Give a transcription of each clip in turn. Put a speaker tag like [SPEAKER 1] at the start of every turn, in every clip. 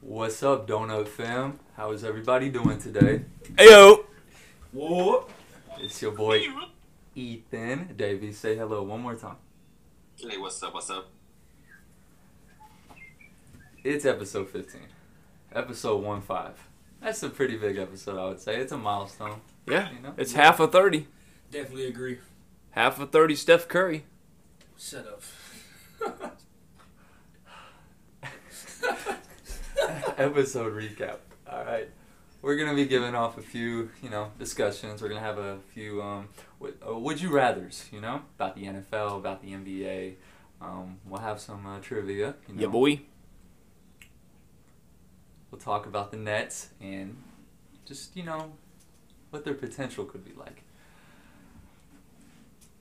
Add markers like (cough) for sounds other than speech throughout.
[SPEAKER 1] What's up, Donut fam? How is everybody doing today?
[SPEAKER 2] Ayo.
[SPEAKER 1] Whoop! It's your boy Ethan Davies. Say hello one more time.
[SPEAKER 3] Hey, what's up? What's up?
[SPEAKER 1] It's episode 15, episode 1 5. That's a pretty big episode, I would say. It's a milestone.
[SPEAKER 2] Yeah.
[SPEAKER 1] You know?
[SPEAKER 2] It's half a 30.
[SPEAKER 4] Definitely agree.
[SPEAKER 2] Half a 30 Steph Curry.
[SPEAKER 4] Shut up.
[SPEAKER 1] (laughs) episode recap. All right. We're going to be giving off a few, you know, discussions. We're going to have a few um, would, uh, would you rathers, you know, about the NFL, about the NBA. Um, we'll have some uh, trivia. You know?
[SPEAKER 2] Yeah, boy.
[SPEAKER 1] We'll talk about the Nets and just, you know, what their potential could be like.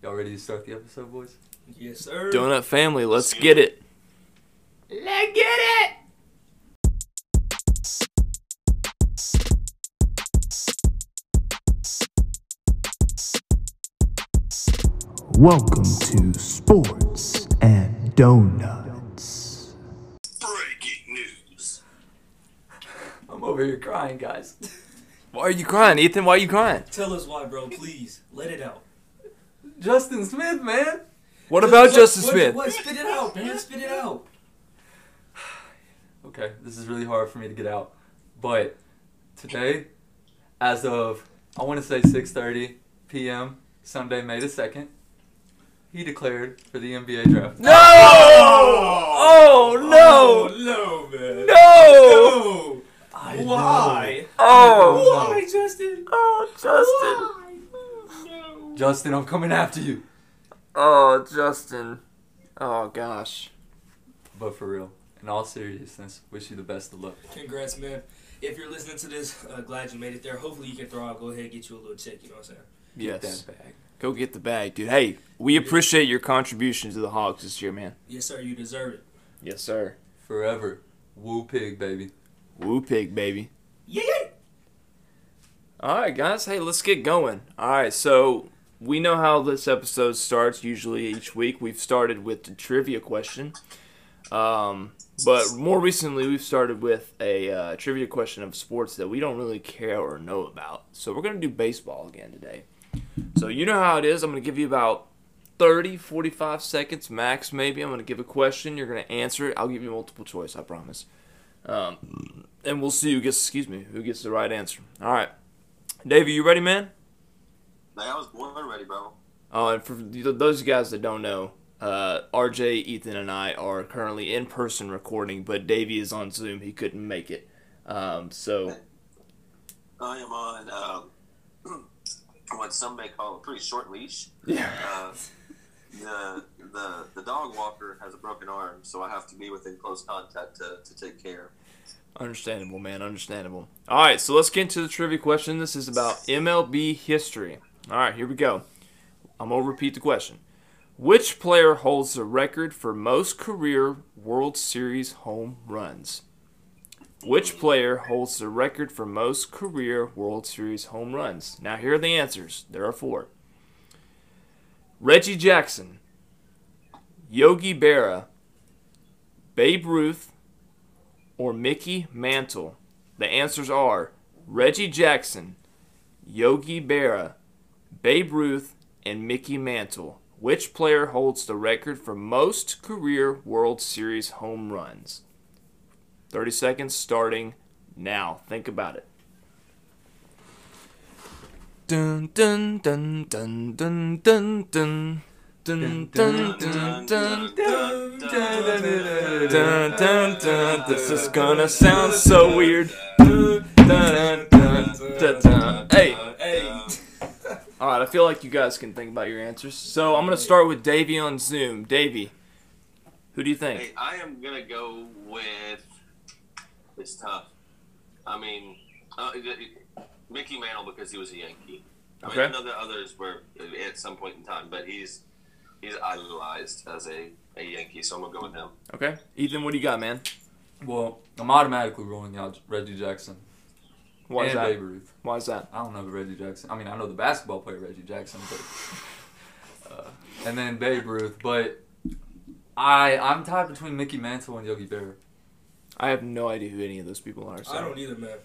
[SPEAKER 1] Y'all ready to start the episode, boys?
[SPEAKER 4] yes, sir.
[SPEAKER 2] Donut family, let's get it.
[SPEAKER 1] Let's get it!
[SPEAKER 5] Welcome to Sports and Donuts.
[SPEAKER 3] Breaking news.
[SPEAKER 1] I'm over here crying, guys. (laughs)
[SPEAKER 2] Why are you crying, Ethan? Why are you crying?
[SPEAKER 4] Tell us why, bro. Please, let it out.
[SPEAKER 1] Justin Smith, man!
[SPEAKER 2] What about
[SPEAKER 4] What-
[SPEAKER 2] Justice
[SPEAKER 4] what-
[SPEAKER 2] Smith?
[SPEAKER 4] What? Spit it out, man. Spit it out.
[SPEAKER 1] Okay, this is really hard for me to get out. But today, as of, I want to say 6.30 p.m., Sunday, May the 2nd, he declared for the NBA draft.
[SPEAKER 2] No! Oh, no!
[SPEAKER 4] no, man.
[SPEAKER 2] Oh, No!
[SPEAKER 4] No.
[SPEAKER 1] I know.
[SPEAKER 4] Why?
[SPEAKER 2] Oh!
[SPEAKER 4] Why, Justin?
[SPEAKER 2] Oh, Justin.
[SPEAKER 1] Justin, I'm coming after you.
[SPEAKER 2] Oh, Justin. Oh, gosh.
[SPEAKER 1] But for real, in all seriousness, wish you the best of luck.
[SPEAKER 4] Congrats, man. If you're listening to this, uh, glad you made it there. Hopefully, you can throw out. Go ahead, and get you a little check. You know what I'm saying?
[SPEAKER 2] Yes.
[SPEAKER 1] That bag.
[SPEAKER 2] Go get the bag, dude. Hey, we appreciate your contribution to the Hogs this year, man.
[SPEAKER 4] Yes, sir. You deserve it.
[SPEAKER 2] Yes, sir.
[SPEAKER 1] Forever. Woo pig, baby.
[SPEAKER 2] Woo pig, baby.
[SPEAKER 4] Yeah.
[SPEAKER 2] All right, guys. Hey, let's get going. All right, so we know how this episode starts usually each week. We've started with the trivia question, um, but more recently we've started with a uh, trivia question of sports that we don't really care or know about. So we're gonna do baseball again today. So you know how it is. I'm gonna give you about 30, 45 seconds max, maybe. I'm gonna give a question. You're gonna answer it. I'll give you multiple choice. I promise. Um, and we'll see who gets excuse me who gets the right answer. All right. Dave, are you ready, man?
[SPEAKER 3] Like, I was born ready, bro.
[SPEAKER 2] Oh, and for th- those guys that don't know, uh, RJ, Ethan, and I are currently in person recording, but Davey is on Zoom. He couldn't make it. Um, so,
[SPEAKER 3] I am on um, what some may call a pretty short leash.
[SPEAKER 2] yeah.
[SPEAKER 3] Uh, the the the dog walker has a broken arm, so I have to be within close contact to, to take care.
[SPEAKER 2] Understandable, man. Understandable. All right, so let's get into the trivia question. This is about MLB history. All right, here we go. I'm going to repeat the question. Which player holds the record for most career World Series home runs? Which player holds the record for most career World Series home runs? Now, here are the answers. There are four Reggie Jackson, Yogi Berra, Babe Ruth, or Mickey Mantle? The answers are Reggie Jackson, Yogi Berra, Babe Ruth, and Mickey Mantle. Which player holds the record for most career World Series home runs? 30 seconds starting now. Think about it. Dun dun dun dun dun dun dun dun dun dun dun Dun, dun, dun, this is gonna sound so weird. Dun, dun, dun, dun, dun. Hey,
[SPEAKER 4] Uh, Hey.
[SPEAKER 2] all right. I feel like you guys can think about your answers. So I'm gonna start with Davey on Zoom. Davey, who do you
[SPEAKER 3] Hey,
[SPEAKER 2] think?
[SPEAKER 3] I am gonna go with. It's tough. I mean, uh, it- it- Mickey Mantle because he was a Yankee. I mean,
[SPEAKER 2] Okay.
[SPEAKER 3] I know that others were at some point in time, but he's he's idolized as a, a Yankee, so I'm gonna go with him.
[SPEAKER 2] Okay, Ethan, what do you got, man?
[SPEAKER 1] Well, I'm automatically ruling out Reggie Jackson
[SPEAKER 2] Why is
[SPEAKER 1] and
[SPEAKER 2] that?
[SPEAKER 1] Babe Ruth.
[SPEAKER 2] Why is that?
[SPEAKER 1] I don't know the Reggie Jackson. I mean, I know the basketball player Reggie Jackson, but (laughs) uh, and then Babe Ruth. But I I'm tied between Mickey Mantle and Yogi Berra.
[SPEAKER 2] I have no idea who any of those people are. So.
[SPEAKER 4] I don't either, man.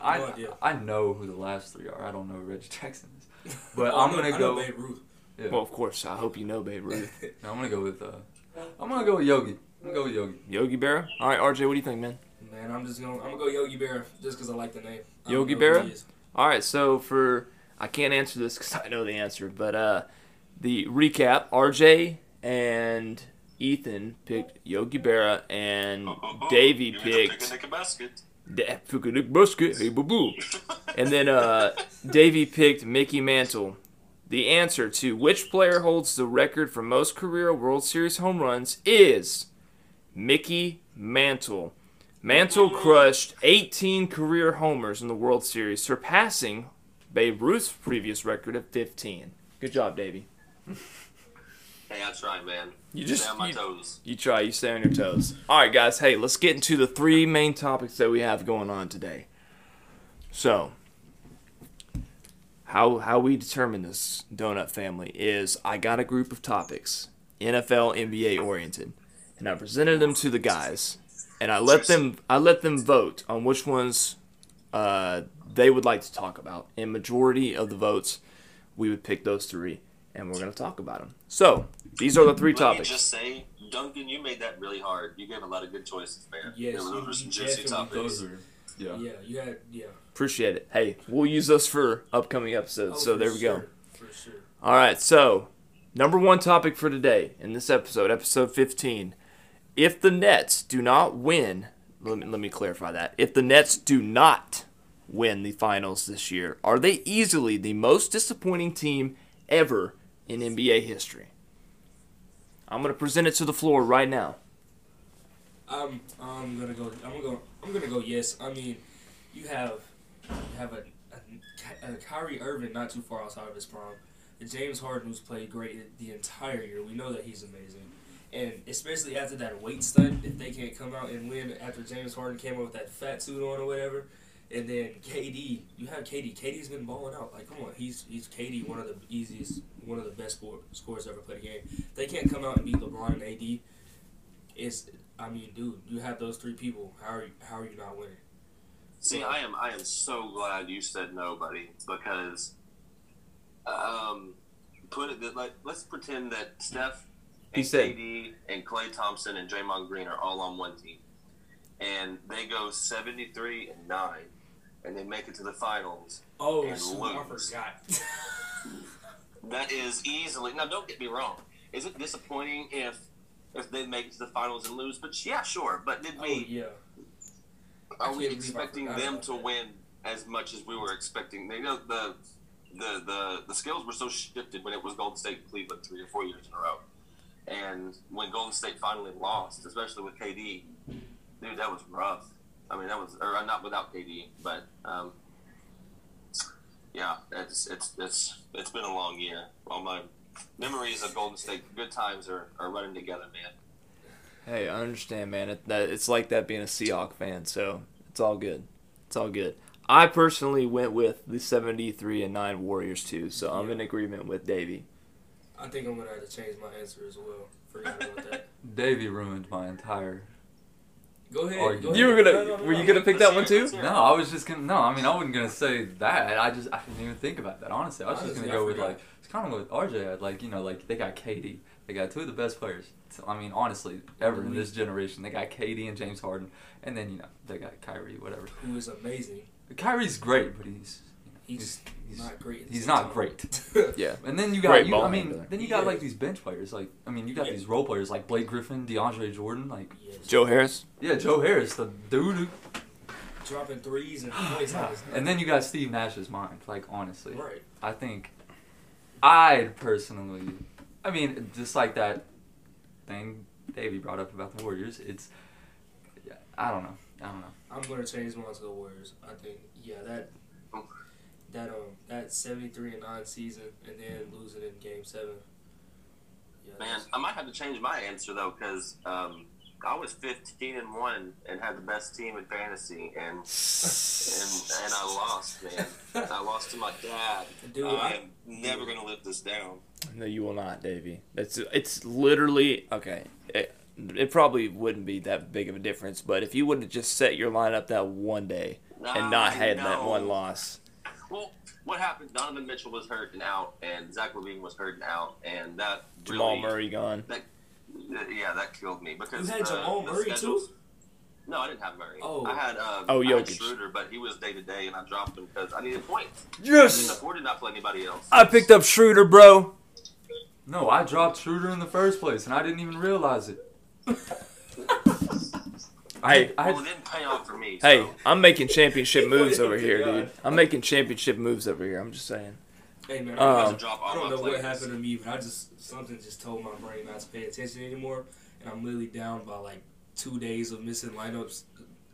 [SPEAKER 1] I,
[SPEAKER 4] No idea.
[SPEAKER 1] I know who the last three are. I don't know who Reggie (laughs) Jackson is. But
[SPEAKER 4] (laughs) Oh,
[SPEAKER 1] I'm
[SPEAKER 4] no,
[SPEAKER 1] gonna
[SPEAKER 4] I
[SPEAKER 1] go.
[SPEAKER 4] know Babe Ruth.
[SPEAKER 1] Yeah.
[SPEAKER 2] Well, of course. I hope you know Babe
[SPEAKER 4] (laughs)
[SPEAKER 2] Ruth.
[SPEAKER 1] No, I'm gonna go with. Uh, I'm gonna go with Yogi. I'm gonna go with Yogi.
[SPEAKER 2] Yogi Berra. All right, RJ. What do you think, man?
[SPEAKER 4] Man, I'm just gonna I'm gonna go Yogi Berra just because I like the name. I don't
[SPEAKER 2] Yogi
[SPEAKER 4] know who
[SPEAKER 2] Berra?
[SPEAKER 4] he is.
[SPEAKER 2] All right. So for I can't answer this because (laughs) I know the answer, but uh, the recap: RJ and Ethan picked Yogi Berra,
[SPEAKER 3] Uh,
[SPEAKER 2] and Davey picked
[SPEAKER 4] (laughs)
[SPEAKER 2] Da- Picnic Basket. Hey, boo boo. And then uh, Davey picked Mickey Mantle. The answer to which player holds the record for most career World Series home runs is Mickey Mantle. Mantle crushed 18 career homers in the World Series, surpassing Babe Ruth's previous record of 15. Good job, Davey.
[SPEAKER 3] Hey, I try, man.
[SPEAKER 2] You just-
[SPEAKER 3] Stay on my
[SPEAKER 2] you-
[SPEAKER 3] toes.
[SPEAKER 2] You try, you stay on your toes. All right, guys, hey, let's get into the three main topics that we have going on today. So, how how we determine this donut family is I got a group of topics, NFL, NBA oriented, and I presented them to the guys, and I let them I let them vote on which ones uh, they would like to talk about. And majority of the votes, we would pick those three, and we're gonna talk about them. So, these are the three
[SPEAKER 3] Let
[SPEAKER 2] topics.
[SPEAKER 3] me just say, Duncan, you made that really hard. You gave a lot of good choices, man.
[SPEAKER 4] Yes,
[SPEAKER 3] there were-
[SPEAKER 4] you-
[SPEAKER 3] those were some
[SPEAKER 4] you
[SPEAKER 3] juicy
[SPEAKER 4] definitely-
[SPEAKER 3] topics.
[SPEAKER 1] Those are. Yeah.
[SPEAKER 4] Yeah, you had yeah.
[SPEAKER 2] Appreciate it. Hey, we'll use those for upcoming
[SPEAKER 4] Oh,
[SPEAKER 2] episodes. so
[SPEAKER 4] for
[SPEAKER 2] there we go.
[SPEAKER 4] sure, For sure.
[SPEAKER 2] All right. So, number one topic for today in this episode, episode 15. If the Nets do not win, let me, let me clarify that. If the Nets do not win the finals this year, are they easily the most disappointing team ever in NBA history? I'm going to present it to the floor right now.
[SPEAKER 4] I'm I'm gonna go. I'm gonna go. I'm gonna go. Yes. I mean, you have you have a, a, a Kyrie Irving not too far outside of his prime, a James Harden who's played great the entire year. We know that he's amazing, and especially after that weight stunt, if they can't come out and win after James Harden came out with that fat suit on or whatever. And then KD, you have KD. KD's been balling out. Like, come on, he's he's KD, one of the easiest, one of the best score, scorers ever played a game. They can't come out and beat LeBron and AD. It's I mean, dude, you have those three people. How are you, how are you not winning?
[SPEAKER 3] See, I am I am so glad you said no, buddy, because um, put it that like let's pretend that Steph
[SPEAKER 2] He
[SPEAKER 3] and
[SPEAKER 2] said-
[SPEAKER 3] KD and Clay Thompson and Draymond Green are all on one team, and they go seventy three and nine, and they make it to the finals.
[SPEAKER 4] Oh,
[SPEAKER 3] And
[SPEAKER 4] shoot, I
[SPEAKER 3] lose.
[SPEAKER 4] forgot. (laughs)
[SPEAKER 3] That is easily now. Don't get me wrong. Is it disappointing if if they make it to the finals and lose? But yeah, sure. But did
[SPEAKER 4] oh
[SPEAKER 3] we
[SPEAKER 4] yeah, I
[SPEAKER 3] Are
[SPEAKER 4] can't
[SPEAKER 3] we
[SPEAKER 4] believe I
[SPEAKER 3] expecting
[SPEAKER 4] forgot
[SPEAKER 3] them
[SPEAKER 4] about
[SPEAKER 3] to
[SPEAKER 4] that.
[SPEAKER 3] win as much as we were expecting? They know the the the the scales were so shifted when it was Golden State and Cleveland three or four years in a row, and when Golden State finally lost, especially with KD, dude, that was rough. I mean, that was or not without KD, but um, yeah, it's it's it's it's been a long year. All my memories of Golden State good times are, are running together, man.
[SPEAKER 2] Hey, I understand, man. It, that, it's like that being a Seahawk fan, so it's all good. It's all good. I personally went with the 73 and 9 Warriors, too, so I'm in agreement with Davey.
[SPEAKER 4] I think I'm gonna have to change my answer as well. Forgot about that.
[SPEAKER 1] Davey ruined my entire.
[SPEAKER 4] (laughs) Go ahead.
[SPEAKER 1] Or
[SPEAKER 4] go
[SPEAKER 1] you
[SPEAKER 2] were
[SPEAKER 4] ahead.
[SPEAKER 2] gonna- were you gonna pick that one, too?
[SPEAKER 1] No, I was just gonna. No, I mean, I wasn't gonna say that. I just I didn't even think about that. Honestly, I was just
[SPEAKER 4] Honestly,
[SPEAKER 1] gonna
[SPEAKER 4] I
[SPEAKER 1] go with
[SPEAKER 4] forgot.
[SPEAKER 1] like it's kind of with RJ. I'd like you know like they got KD. They got two of the best players. So, I mean, honestly, ever in this generation, they got KD and James Harden, and then you know they got Kyrie. Whatever.
[SPEAKER 4] Who is amazing?
[SPEAKER 1] Kyrie's great, but he's
[SPEAKER 4] He's,
[SPEAKER 1] he's-
[SPEAKER 4] not great. at the
[SPEAKER 1] he's
[SPEAKER 4] same
[SPEAKER 1] not
[SPEAKER 4] time. (laughs)
[SPEAKER 1] great.
[SPEAKER 2] Yeah.
[SPEAKER 1] And then you got,
[SPEAKER 2] Great
[SPEAKER 1] you,
[SPEAKER 2] ball
[SPEAKER 1] I mean,
[SPEAKER 2] handler.
[SPEAKER 1] then you got
[SPEAKER 4] Yeah.
[SPEAKER 1] like these bench players. Like, I mean, you got
[SPEAKER 4] Yeah.
[SPEAKER 1] these role players like Blake Griffin, DeAndre Jordan, like
[SPEAKER 4] Yes.
[SPEAKER 2] Joe Harris?
[SPEAKER 1] yeah, Joe Harris, the dude. Who,
[SPEAKER 4] dropping threes and points. out his
[SPEAKER 1] (sighs) and then you got Steve Nash's mind. Like, honestly,
[SPEAKER 4] right.
[SPEAKER 1] I think I personally, I mean, just like that thing Davey brought up about the Warriors. It's, I don't know, I don't know.
[SPEAKER 4] I'm gonna change mine to the Warriors. I think yeah that that um that 73 and nine season and then losing in Game Seven. Yeah,
[SPEAKER 3] Man,
[SPEAKER 4] that's-
[SPEAKER 3] I might have to change my answer though, because um, I was 15 and one and had the best team in fantasy, and and, and I lost, man. I lost to my dad.
[SPEAKER 4] Dude,
[SPEAKER 3] I
[SPEAKER 4] I-
[SPEAKER 3] am never gonna live this down.
[SPEAKER 2] No, you will not, Davey. That's it's literally okay. eh, it probably wouldn't be that big of a difference. But if you would have just set your lineup that one day and not
[SPEAKER 3] I
[SPEAKER 2] had that
[SPEAKER 3] know.
[SPEAKER 2] one loss,
[SPEAKER 3] Well, what happened? Donovan Mitchell was hurt and out, and Zach Levine was hurt and out, and that
[SPEAKER 2] Jamal
[SPEAKER 3] really,
[SPEAKER 2] Murray gone.
[SPEAKER 3] That, yeah, that killed me because
[SPEAKER 4] You had
[SPEAKER 3] the-
[SPEAKER 4] Jamal
[SPEAKER 3] the
[SPEAKER 4] Murray, too?
[SPEAKER 3] schedules- No, I didn't have Murray.
[SPEAKER 4] Oh.
[SPEAKER 3] I had uh,
[SPEAKER 2] Oh,
[SPEAKER 3] I had
[SPEAKER 2] Jokic.
[SPEAKER 3] Schroeder, but he was day to day, and I dropped him because I needed points. I couldn't
[SPEAKER 2] Yes,
[SPEAKER 3] afford to not play anybody else.
[SPEAKER 2] I picked up Schroeder, bro.
[SPEAKER 1] No, I dropped Schroeder in the first place, and I didn't even realize it.
[SPEAKER 2] Hey,
[SPEAKER 1] I
[SPEAKER 3] well, it
[SPEAKER 1] had,
[SPEAKER 3] didn't pay off for me.
[SPEAKER 2] hey,
[SPEAKER 3] so-
[SPEAKER 2] I'm making championship moves over
[SPEAKER 4] Oh,
[SPEAKER 2] here,
[SPEAKER 4] God.
[SPEAKER 2] dude. I'm making championship moves over here. I'm just saying.
[SPEAKER 4] Hey man,
[SPEAKER 2] Um,
[SPEAKER 4] I,
[SPEAKER 3] I
[SPEAKER 4] just-
[SPEAKER 3] had to drop all
[SPEAKER 4] I don't
[SPEAKER 3] my
[SPEAKER 4] know what
[SPEAKER 3] players.
[SPEAKER 4] happened to me, but I just something just told my brain not to pay attention anymore, and I'm literally down by like two days of missing lineups,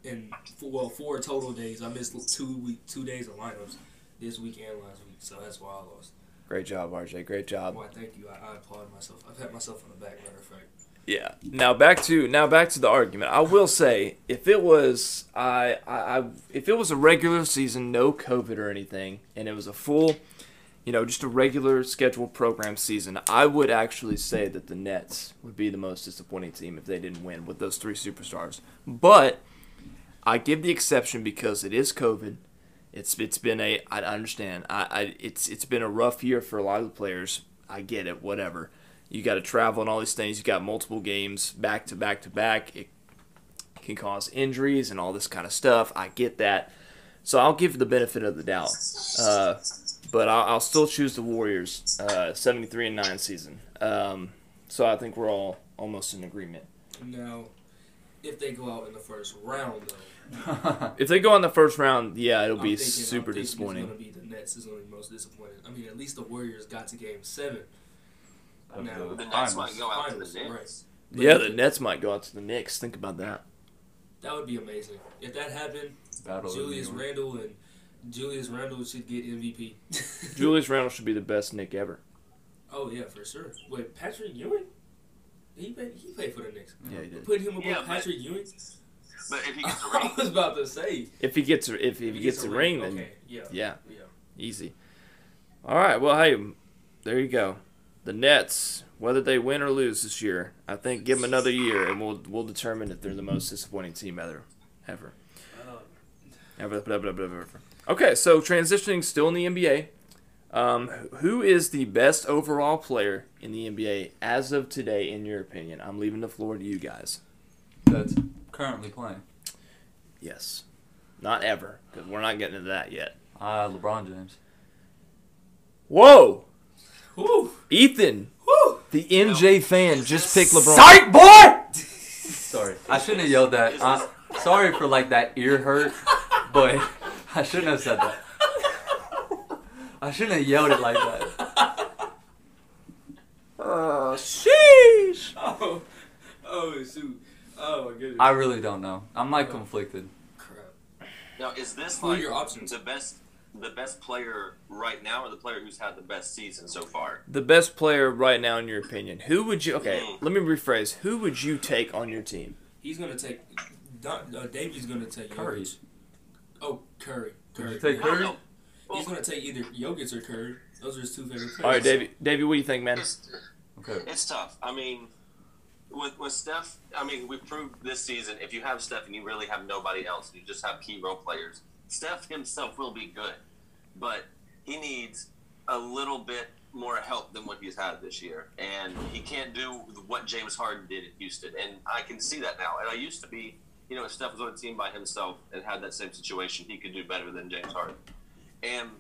[SPEAKER 4] and four, well, four total days. I missed two week, two days of lineups this week and last week, so that's why I lost.
[SPEAKER 2] Great job, RJ. Great job.
[SPEAKER 4] Why? Thank you. I, I applaud myself. I pat myself on the back. Matter of fact,
[SPEAKER 2] Yeah. Now back to now back to the argument. I will say if it was I, I I if it was a regular season, no COVID or anything, and it was a full, you know, just a regular scheduled program season, I would actually say that the Nets would be the most disappointing team if they didn't win with those three superstars. But I give the exception because it is COVID. It's it's been a I understand. I, I it's it's been a rough year for a lot of the players. I get it. Whatever. You got to travel and all these things. You got multiple games back to back to back. It can cause injuries and all this kind of stuff. I get that. So I'll give the benefit of the doubt. Uh, but I'll, I'll still choose the Warriors, uh, 73 and 9 season. Um, so I think we're all almost in agreement.
[SPEAKER 4] now if they go out in the first round, though,
[SPEAKER 1] (laughs)
[SPEAKER 2] If they go in the first round, yeah, it'll
[SPEAKER 4] I'm
[SPEAKER 2] be
[SPEAKER 4] thinking- I'm
[SPEAKER 2] super
[SPEAKER 4] thinking
[SPEAKER 2] disappointing.
[SPEAKER 4] It's gonna be the Nets is gonna be most disappointing. I mean, at least the Warriors got to Game Seven.
[SPEAKER 1] of
[SPEAKER 4] Now,
[SPEAKER 1] the
[SPEAKER 4] the
[SPEAKER 3] The Nets might
[SPEAKER 1] finals.
[SPEAKER 3] go out to the
[SPEAKER 4] Finals, right.
[SPEAKER 3] Nets.
[SPEAKER 2] Yeah, the Nets might go out to the Knicks. Think about that.
[SPEAKER 4] That would be amazing if that happened.
[SPEAKER 1] Battle of
[SPEAKER 4] Julius
[SPEAKER 1] New York.
[SPEAKER 4] Randle and Julius Randle should
[SPEAKER 2] (laughs)
[SPEAKER 4] get MVP.
[SPEAKER 2] Julius Randle should be the best Nick ever.
[SPEAKER 4] Oh yeah, for sure. Wait, Patrick Ewing? He played, he played for the Knicks.
[SPEAKER 2] Yeah, he did.
[SPEAKER 4] Put him above
[SPEAKER 3] Yeah, but-
[SPEAKER 4] Patrick Ewing.
[SPEAKER 3] But if
[SPEAKER 4] (laughs)
[SPEAKER 3] he gets a ring,
[SPEAKER 4] I was about to say.
[SPEAKER 2] If he gets a, if, if he gets a ring, then
[SPEAKER 4] okay, yeah,
[SPEAKER 2] yeah,
[SPEAKER 4] yeah.
[SPEAKER 2] easy. All right. Well, hey, there you go. The Nets, whether they win or lose this year, I think give them another year, and we'll we'll determine if they're the most disappointing team ever, ever,
[SPEAKER 4] Oh,
[SPEAKER 2] ever. ever, ever, ever, ever. Okay, so transitioning still in the NBA. Um, who is the best overall player in the NBA as of today, in your opinion? I'm leaving the floor to you guys.
[SPEAKER 1] That's currently playing.
[SPEAKER 2] Yes. Not ever, because we're not getting into that yet.
[SPEAKER 1] Uh, LeBron James.
[SPEAKER 2] Whoa!
[SPEAKER 4] Woo,
[SPEAKER 2] Ethan,
[SPEAKER 4] woo.
[SPEAKER 2] the NJ fan, just picked LeBron.
[SPEAKER 1] boy! sorry. I shouldn't have yelled that.
[SPEAKER 3] Is
[SPEAKER 1] Uh, sorry for like that ear hurt, but I shouldn't have said that. I shouldn't have yelled it like that.
[SPEAKER 2] sheesh!
[SPEAKER 4] Oh, (laughs) oh shoot. Oh my goodness.
[SPEAKER 1] I really don't know. I'm like conflicted.
[SPEAKER 4] Crap.
[SPEAKER 3] now is this
[SPEAKER 4] Who are
[SPEAKER 3] like
[SPEAKER 4] your options?
[SPEAKER 3] the best, the best player right now, or the player who's had the best season so far?
[SPEAKER 2] The best player right now, in your opinion. Who would you. Okay,
[SPEAKER 3] Mm.
[SPEAKER 2] let me rephrase. Who would you take on your team?
[SPEAKER 4] He's gonna take. Don, uh, Davey's gonna take
[SPEAKER 1] Curry.
[SPEAKER 4] Jokic. Oh, Curry. Curry.
[SPEAKER 1] you take
[SPEAKER 3] I don't
[SPEAKER 1] Curry?
[SPEAKER 3] know.
[SPEAKER 4] He's gonna take either Jokic or Curry. Those are his two favorite players.
[SPEAKER 2] All right,
[SPEAKER 4] (laughs)
[SPEAKER 2] Davey, Davey what do you think, man?
[SPEAKER 3] It's,
[SPEAKER 1] Okay.
[SPEAKER 3] it's tough. I mean, with with Steph, I mean, we proved this season if you have Steph and you really have nobody else, you just have key role players. Steph himself will be good, but he needs a little bit more help than what he's had this year, and he can't do what James Harden did at Houston. And I can see that now. And I used to be, you know, if Steph was on a team by himself and had that same situation, he could do better than James Harden. And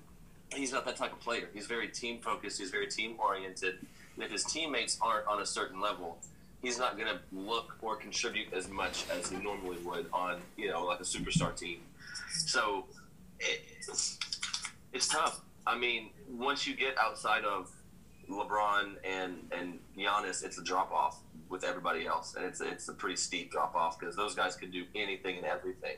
[SPEAKER 3] he's not that type of player. He's very team focused. He's very team oriented. And if his teammates aren't on a certain level, he's not going to look or contribute as much as he normally would on, you know, like a superstar team. So it, it's tough. I mean, once you get outside of LeBron and and Giannis, it's a drop off with everybody else, and it's it's a pretty steep drop off because those guys can do anything and everything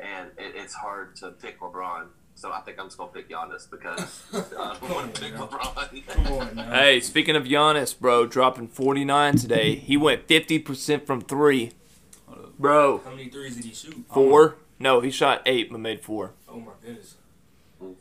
[SPEAKER 3] and it, it's hard to pick LeBron. So I think I'm just gonna pick Giannis because
[SPEAKER 4] Oh,
[SPEAKER 3] uh, (laughs) I want to pick
[SPEAKER 4] Come
[SPEAKER 3] LeBron.
[SPEAKER 4] on now.
[SPEAKER 2] Hey, speaking of Giannis, bro, dropping 49 today. He went 50% from three. Bro,
[SPEAKER 4] How many threes did he shoot?
[SPEAKER 2] four? No, he shot eight, but made four.
[SPEAKER 4] Oh my goodness.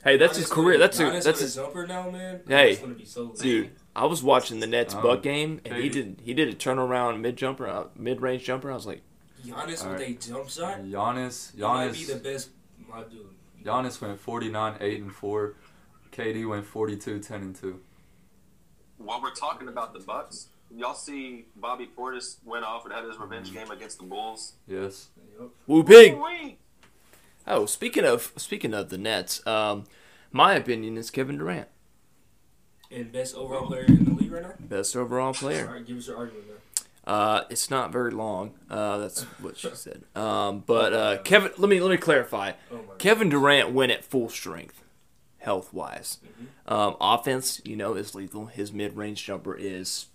[SPEAKER 2] Hey, that's his
[SPEAKER 4] Giannis
[SPEAKER 2] career.
[SPEAKER 4] with-
[SPEAKER 2] That's a,
[SPEAKER 4] Giannis
[SPEAKER 2] that's
[SPEAKER 4] with a
[SPEAKER 2] his
[SPEAKER 4] jumper now, man.
[SPEAKER 2] Hey,
[SPEAKER 4] That's gonna be so
[SPEAKER 2] Dude, I was watching the Nets
[SPEAKER 1] Oh,
[SPEAKER 2] Buck game, and he
[SPEAKER 1] baby.
[SPEAKER 2] did he did a turnaround mid jumper, uh, mid range jumper. I was like,
[SPEAKER 4] Giannis
[SPEAKER 1] All
[SPEAKER 4] with
[SPEAKER 1] right.
[SPEAKER 4] a jump shot
[SPEAKER 1] Giannis,
[SPEAKER 4] he might be the
[SPEAKER 1] Giannis,
[SPEAKER 4] best, my dude.
[SPEAKER 1] Giannis went 49, 8 and 4. KD went 42, 10 and 2.
[SPEAKER 3] While we're talking about the Bucks, y'all see Bobby Portis went off and had his revenge game against the Bulls.
[SPEAKER 1] Yes.
[SPEAKER 4] Yup.
[SPEAKER 2] "Woo pig!"
[SPEAKER 3] Wee!
[SPEAKER 2] Oh, speaking of speaking of the Nets, um, my opinion is Kevin Durant,
[SPEAKER 4] And best overall player in the league right now.
[SPEAKER 2] best overall
[SPEAKER 4] All
[SPEAKER 2] player.
[SPEAKER 4] right, give us your argument. Man.
[SPEAKER 2] Uh, it's not very long. Uh, that's what she said. Um, but uh, Kevin, let me let me clarify.
[SPEAKER 4] Oh my.
[SPEAKER 2] Kevin Durant went at full strength, health wise. Um, offense, you know, is lethal. His mid range jumper is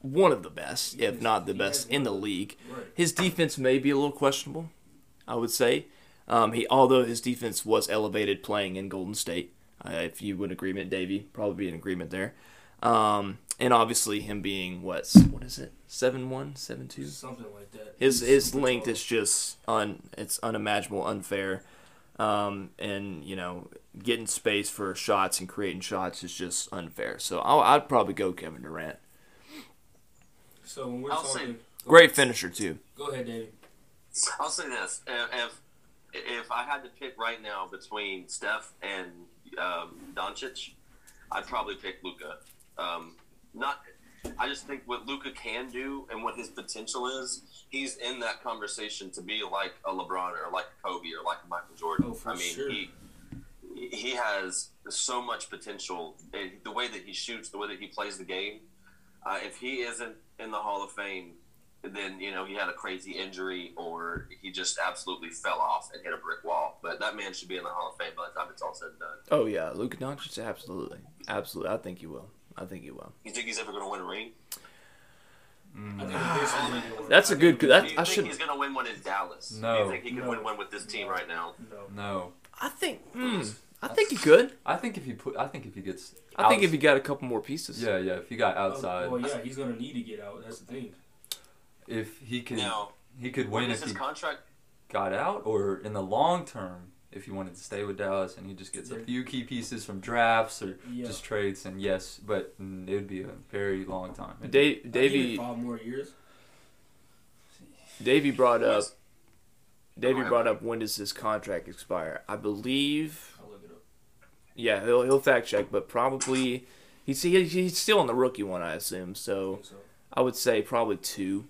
[SPEAKER 2] one of the best, if not the best, in the league.
[SPEAKER 4] Right.
[SPEAKER 2] His defense may be a little questionable, I would say. Um, he, although his defense was elevated playing in Golden State, uh, if you would agreement, Davey, probably an agreement there. Um, and obviously him being what's what is it seven one seven two
[SPEAKER 4] Something like that.
[SPEAKER 2] his
[SPEAKER 4] He's
[SPEAKER 2] his
[SPEAKER 4] super
[SPEAKER 2] length
[SPEAKER 4] tall.
[SPEAKER 2] is just un it's unimaginable, unfair, um, and you know getting space for shots and creating shots is just unfair. So i I'd probably go Kevin Durant.
[SPEAKER 4] So when we're
[SPEAKER 3] I'll say-
[SPEAKER 4] talking,
[SPEAKER 2] Great finisher too.
[SPEAKER 4] go ahead, David.
[SPEAKER 3] I'll say this: if if I had to pick right now between Steph and um, Doncic, I'd probably pick Luca. Um, not, I just think what Luca can do and what his potential is. He's in that conversation to be like a LeBron or like a Kobe or like a Michael Jordan.
[SPEAKER 4] Oh, for
[SPEAKER 3] I mean,
[SPEAKER 4] sure.
[SPEAKER 3] he he has so much potential. And The way that he shoots, the way that he plays the game. Uh, if he isn't in the Hall of Fame, then you know he had a crazy injury or he just absolutely fell off and hit a brick wall. But that man should be in the Hall of Fame by the time it's all said and done.
[SPEAKER 2] Oh yeah, Luka Doncic, absolutely, absolutely. I think he will. I think he will.
[SPEAKER 3] You think he's ever going to win a ring?
[SPEAKER 4] I think it's basically the one.
[SPEAKER 2] Ah. That's a good.
[SPEAKER 3] Do
[SPEAKER 2] That
[SPEAKER 3] you
[SPEAKER 2] I
[SPEAKER 3] think
[SPEAKER 2] should.
[SPEAKER 3] he's going to win one in Dallas? Do
[SPEAKER 1] No.
[SPEAKER 3] you think he can
[SPEAKER 4] No.
[SPEAKER 3] win one with this team right now?
[SPEAKER 4] No.
[SPEAKER 1] No.
[SPEAKER 2] I think. Hmm, I think he could.
[SPEAKER 1] I think if he put, I think if he gets,
[SPEAKER 2] I think
[SPEAKER 1] outs-
[SPEAKER 2] if he got a couple more pieces.
[SPEAKER 1] yeah, yeah, if he got
[SPEAKER 4] Oh,
[SPEAKER 1] outside,
[SPEAKER 4] Well, yeah, he's gonna need to get out. That's the thing.
[SPEAKER 1] if he could,
[SPEAKER 3] Now,
[SPEAKER 1] he could
[SPEAKER 3] when
[SPEAKER 1] win
[SPEAKER 3] is
[SPEAKER 1] if
[SPEAKER 3] his
[SPEAKER 1] he
[SPEAKER 3] contract?
[SPEAKER 1] got out, or in the long term, if he wanted to stay with Dallas and he just gets a
[SPEAKER 4] Yeah.
[SPEAKER 1] few key pieces from drafts or
[SPEAKER 4] Yeah.
[SPEAKER 1] just trades, and yes, but mm, it would be a very long time. It'd
[SPEAKER 2] Da-
[SPEAKER 4] I give it
[SPEAKER 2] Davey,
[SPEAKER 4] Five more years.
[SPEAKER 2] Davey brought up.
[SPEAKER 3] Yes.
[SPEAKER 2] Davey brought up when does his contract expire? I believe
[SPEAKER 4] I'll look it up.
[SPEAKER 2] Yeah, he'll he'll fact check, but probably he's he, he's still on the rookie one, I assume. So
[SPEAKER 4] So,
[SPEAKER 2] I would say probably two,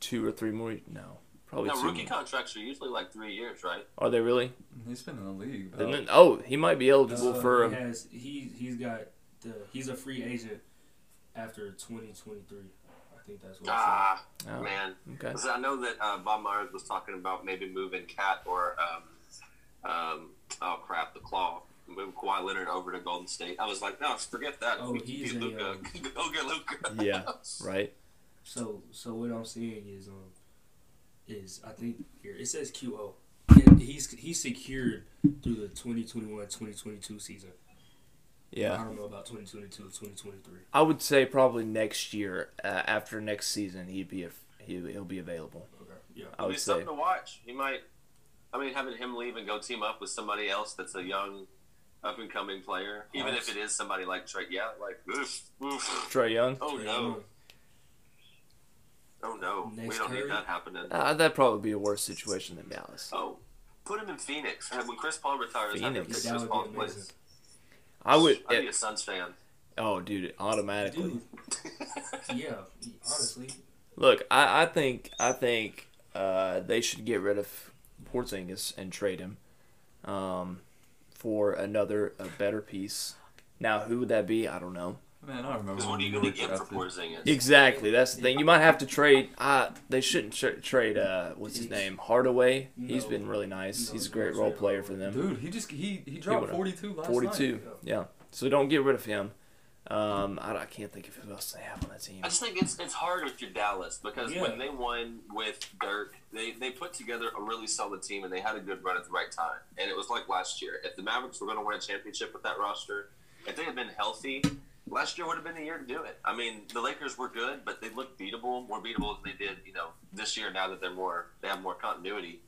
[SPEAKER 2] two or three more. No, probably
[SPEAKER 3] Now,
[SPEAKER 2] two.
[SPEAKER 3] rookie
[SPEAKER 2] more.
[SPEAKER 3] contracts are usually like three years, right?
[SPEAKER 2] Are they really?
[SPEAKER 1] He's been in the league.
[SPEAKER 2] And
[SPEAKER 1] About,
[SPEAKER 2] then- oh, he might be eligible
[SPEAKER 4] uh,
[SPEAKER 2] for.
[SPEAKER 4] he
[SPEAKER 2] A,
[SPEAKER 4] has he he's got the he's a free agent after 2023. I think that's what. Ah.
[SPEAKER 3] Ah,
[SPEAKER 2] oh,
[SPEAKER 3] man.
[SPEAKER 2] okay.
[SPEAKER 3] Because I know that uh, Bob Myers was talking about maybe moving Cat or um, um, oh crap, the Claw, move Kawhi Leonard over to Golden State. I was like, no, forget that.
[SPEAKER 4] Oh,
[SPEAKER 3] We can
[SPEAKER 4] he's
[SPEAKER 3] get
[SPEAKER 4] a,
[SPEAKER 3] Luka.
[SPEAKER 4] um,
[SPEAKER 3] (laughs) Go get Luka.
[SPEAKER 2] Yeah,
[SPEAKER 3] (laughs)
[SPEAKER 2] Right.
[SPEAKER 4] So so what I'm seeing is um is I think here it says QO. And he's he's secured through the 2021-2022 season. I
[SPEAKER 2] Yeah,
[SPEAKER 4] don't know about 2022-2023.
[SPEAKER 2] I would say probably next year, uh, after next season, he'd be a, he he'll be available.
[SPEAKER 4] Okay. Yeah.
[SPEAKER 2] I
[SPEAKER 3] It'll be
[SPEAKER 2] would say.
[SPEAKER 3] something to watch. He might. I mean, having him leave and go team up with somebody else that's a young, up and coming player, even if it is somebody like Trey. Yeah, like oof, oof.
[SPEAKER 2] Trey Young.
[SPEAKER 3] Oh
[SPEAKER 4] Trey
[SPEAKER 3] no,
[SPEAKER 4] Young.
[SPEAKER 3] oh no, we
[SPEAKER 4] Next
[SPEAKER 3] don't
[SPEAKER 4] Curry.
[SPEAKER 3] need that happening.
[SPEAKER 2] Uh, that'd probably be a worse situation than Dallas.
[SPEAKER 3] Oh, put him in Phoenix. When Chris Paul retires, I think
[SPEAKER 2] Phoenix.
[SPEAKER 3] Chris
[SPEAKER 4] That would
[SPEAKER 3] Paul
[SPEAKER 4] be amazing.
[SPEAKER 3] plays.
[SPEAKER 2] I would.
[SPEAKER 3] I'd be a Suns fan. (laughs)
[SPEAKER 2] oh, dude, automatically.
[SPEAKER 4] Dude, yeah, honestly.
[SPEAKER 2] Look, I, I think I think uh, they should get rid of Porzingis and trade him um, for another a better piece. Now, who would that be? I don't know.
[SPEAKER 1] man, I remember.
[SPEAKER 3] Because
[SPEAKER 1] when
[SPEAKER 3] what are you
[SPEAKER 1] New
[SPEAKER 3] going to
[SPEAKER 1] York
[SPEAKER 3] get for
[SPEAKER 1] drafted-
[SPEAKER 3] Porzingis?
[SPEAKER 2] Exactly, that's the thing. You might have to trade. Uh, they shouldn't tr- trade. Uh, what's his name? Hardaway. He's
[SPEAKER 4] No.
[SPEAKER 2] been really nice.
[SPEAKER 4] No,
[SPEAKER 2] He's a
[SPEAKER 4] don't
[SPEAKER 2] great
[SPEAKER 4] trade
[SPEAKER 2] role player for
[SPEAKER 4] Hardaway.
[SPEAKER 2] them.
[SPEAKER 1] Dude, he just he he dropped
[SPEAKER 2] would've-
[SPEAKER 1] forty two last night.
[SPEAKER 2] Forty-two. Yeah. So don't get rid of him. Um, I, don't- I can't think of who else they have on that team.
[SPEAKER 3] I just think it's it's hard with your Dallas because
[SPEAKER 4] Yeah.
[SPEAKER 3] when they won with Dirk, they, they put together a really solid team and they had a good run at the right time. And it was like last year. If the Mavericks were going to win a championship with that roster, if they had been healthy, last year would have been the year to do it. I mean, the Lakers were good, but they looked beatable, more beatable than they did, you know, this year. Now that they're more they have more continuity.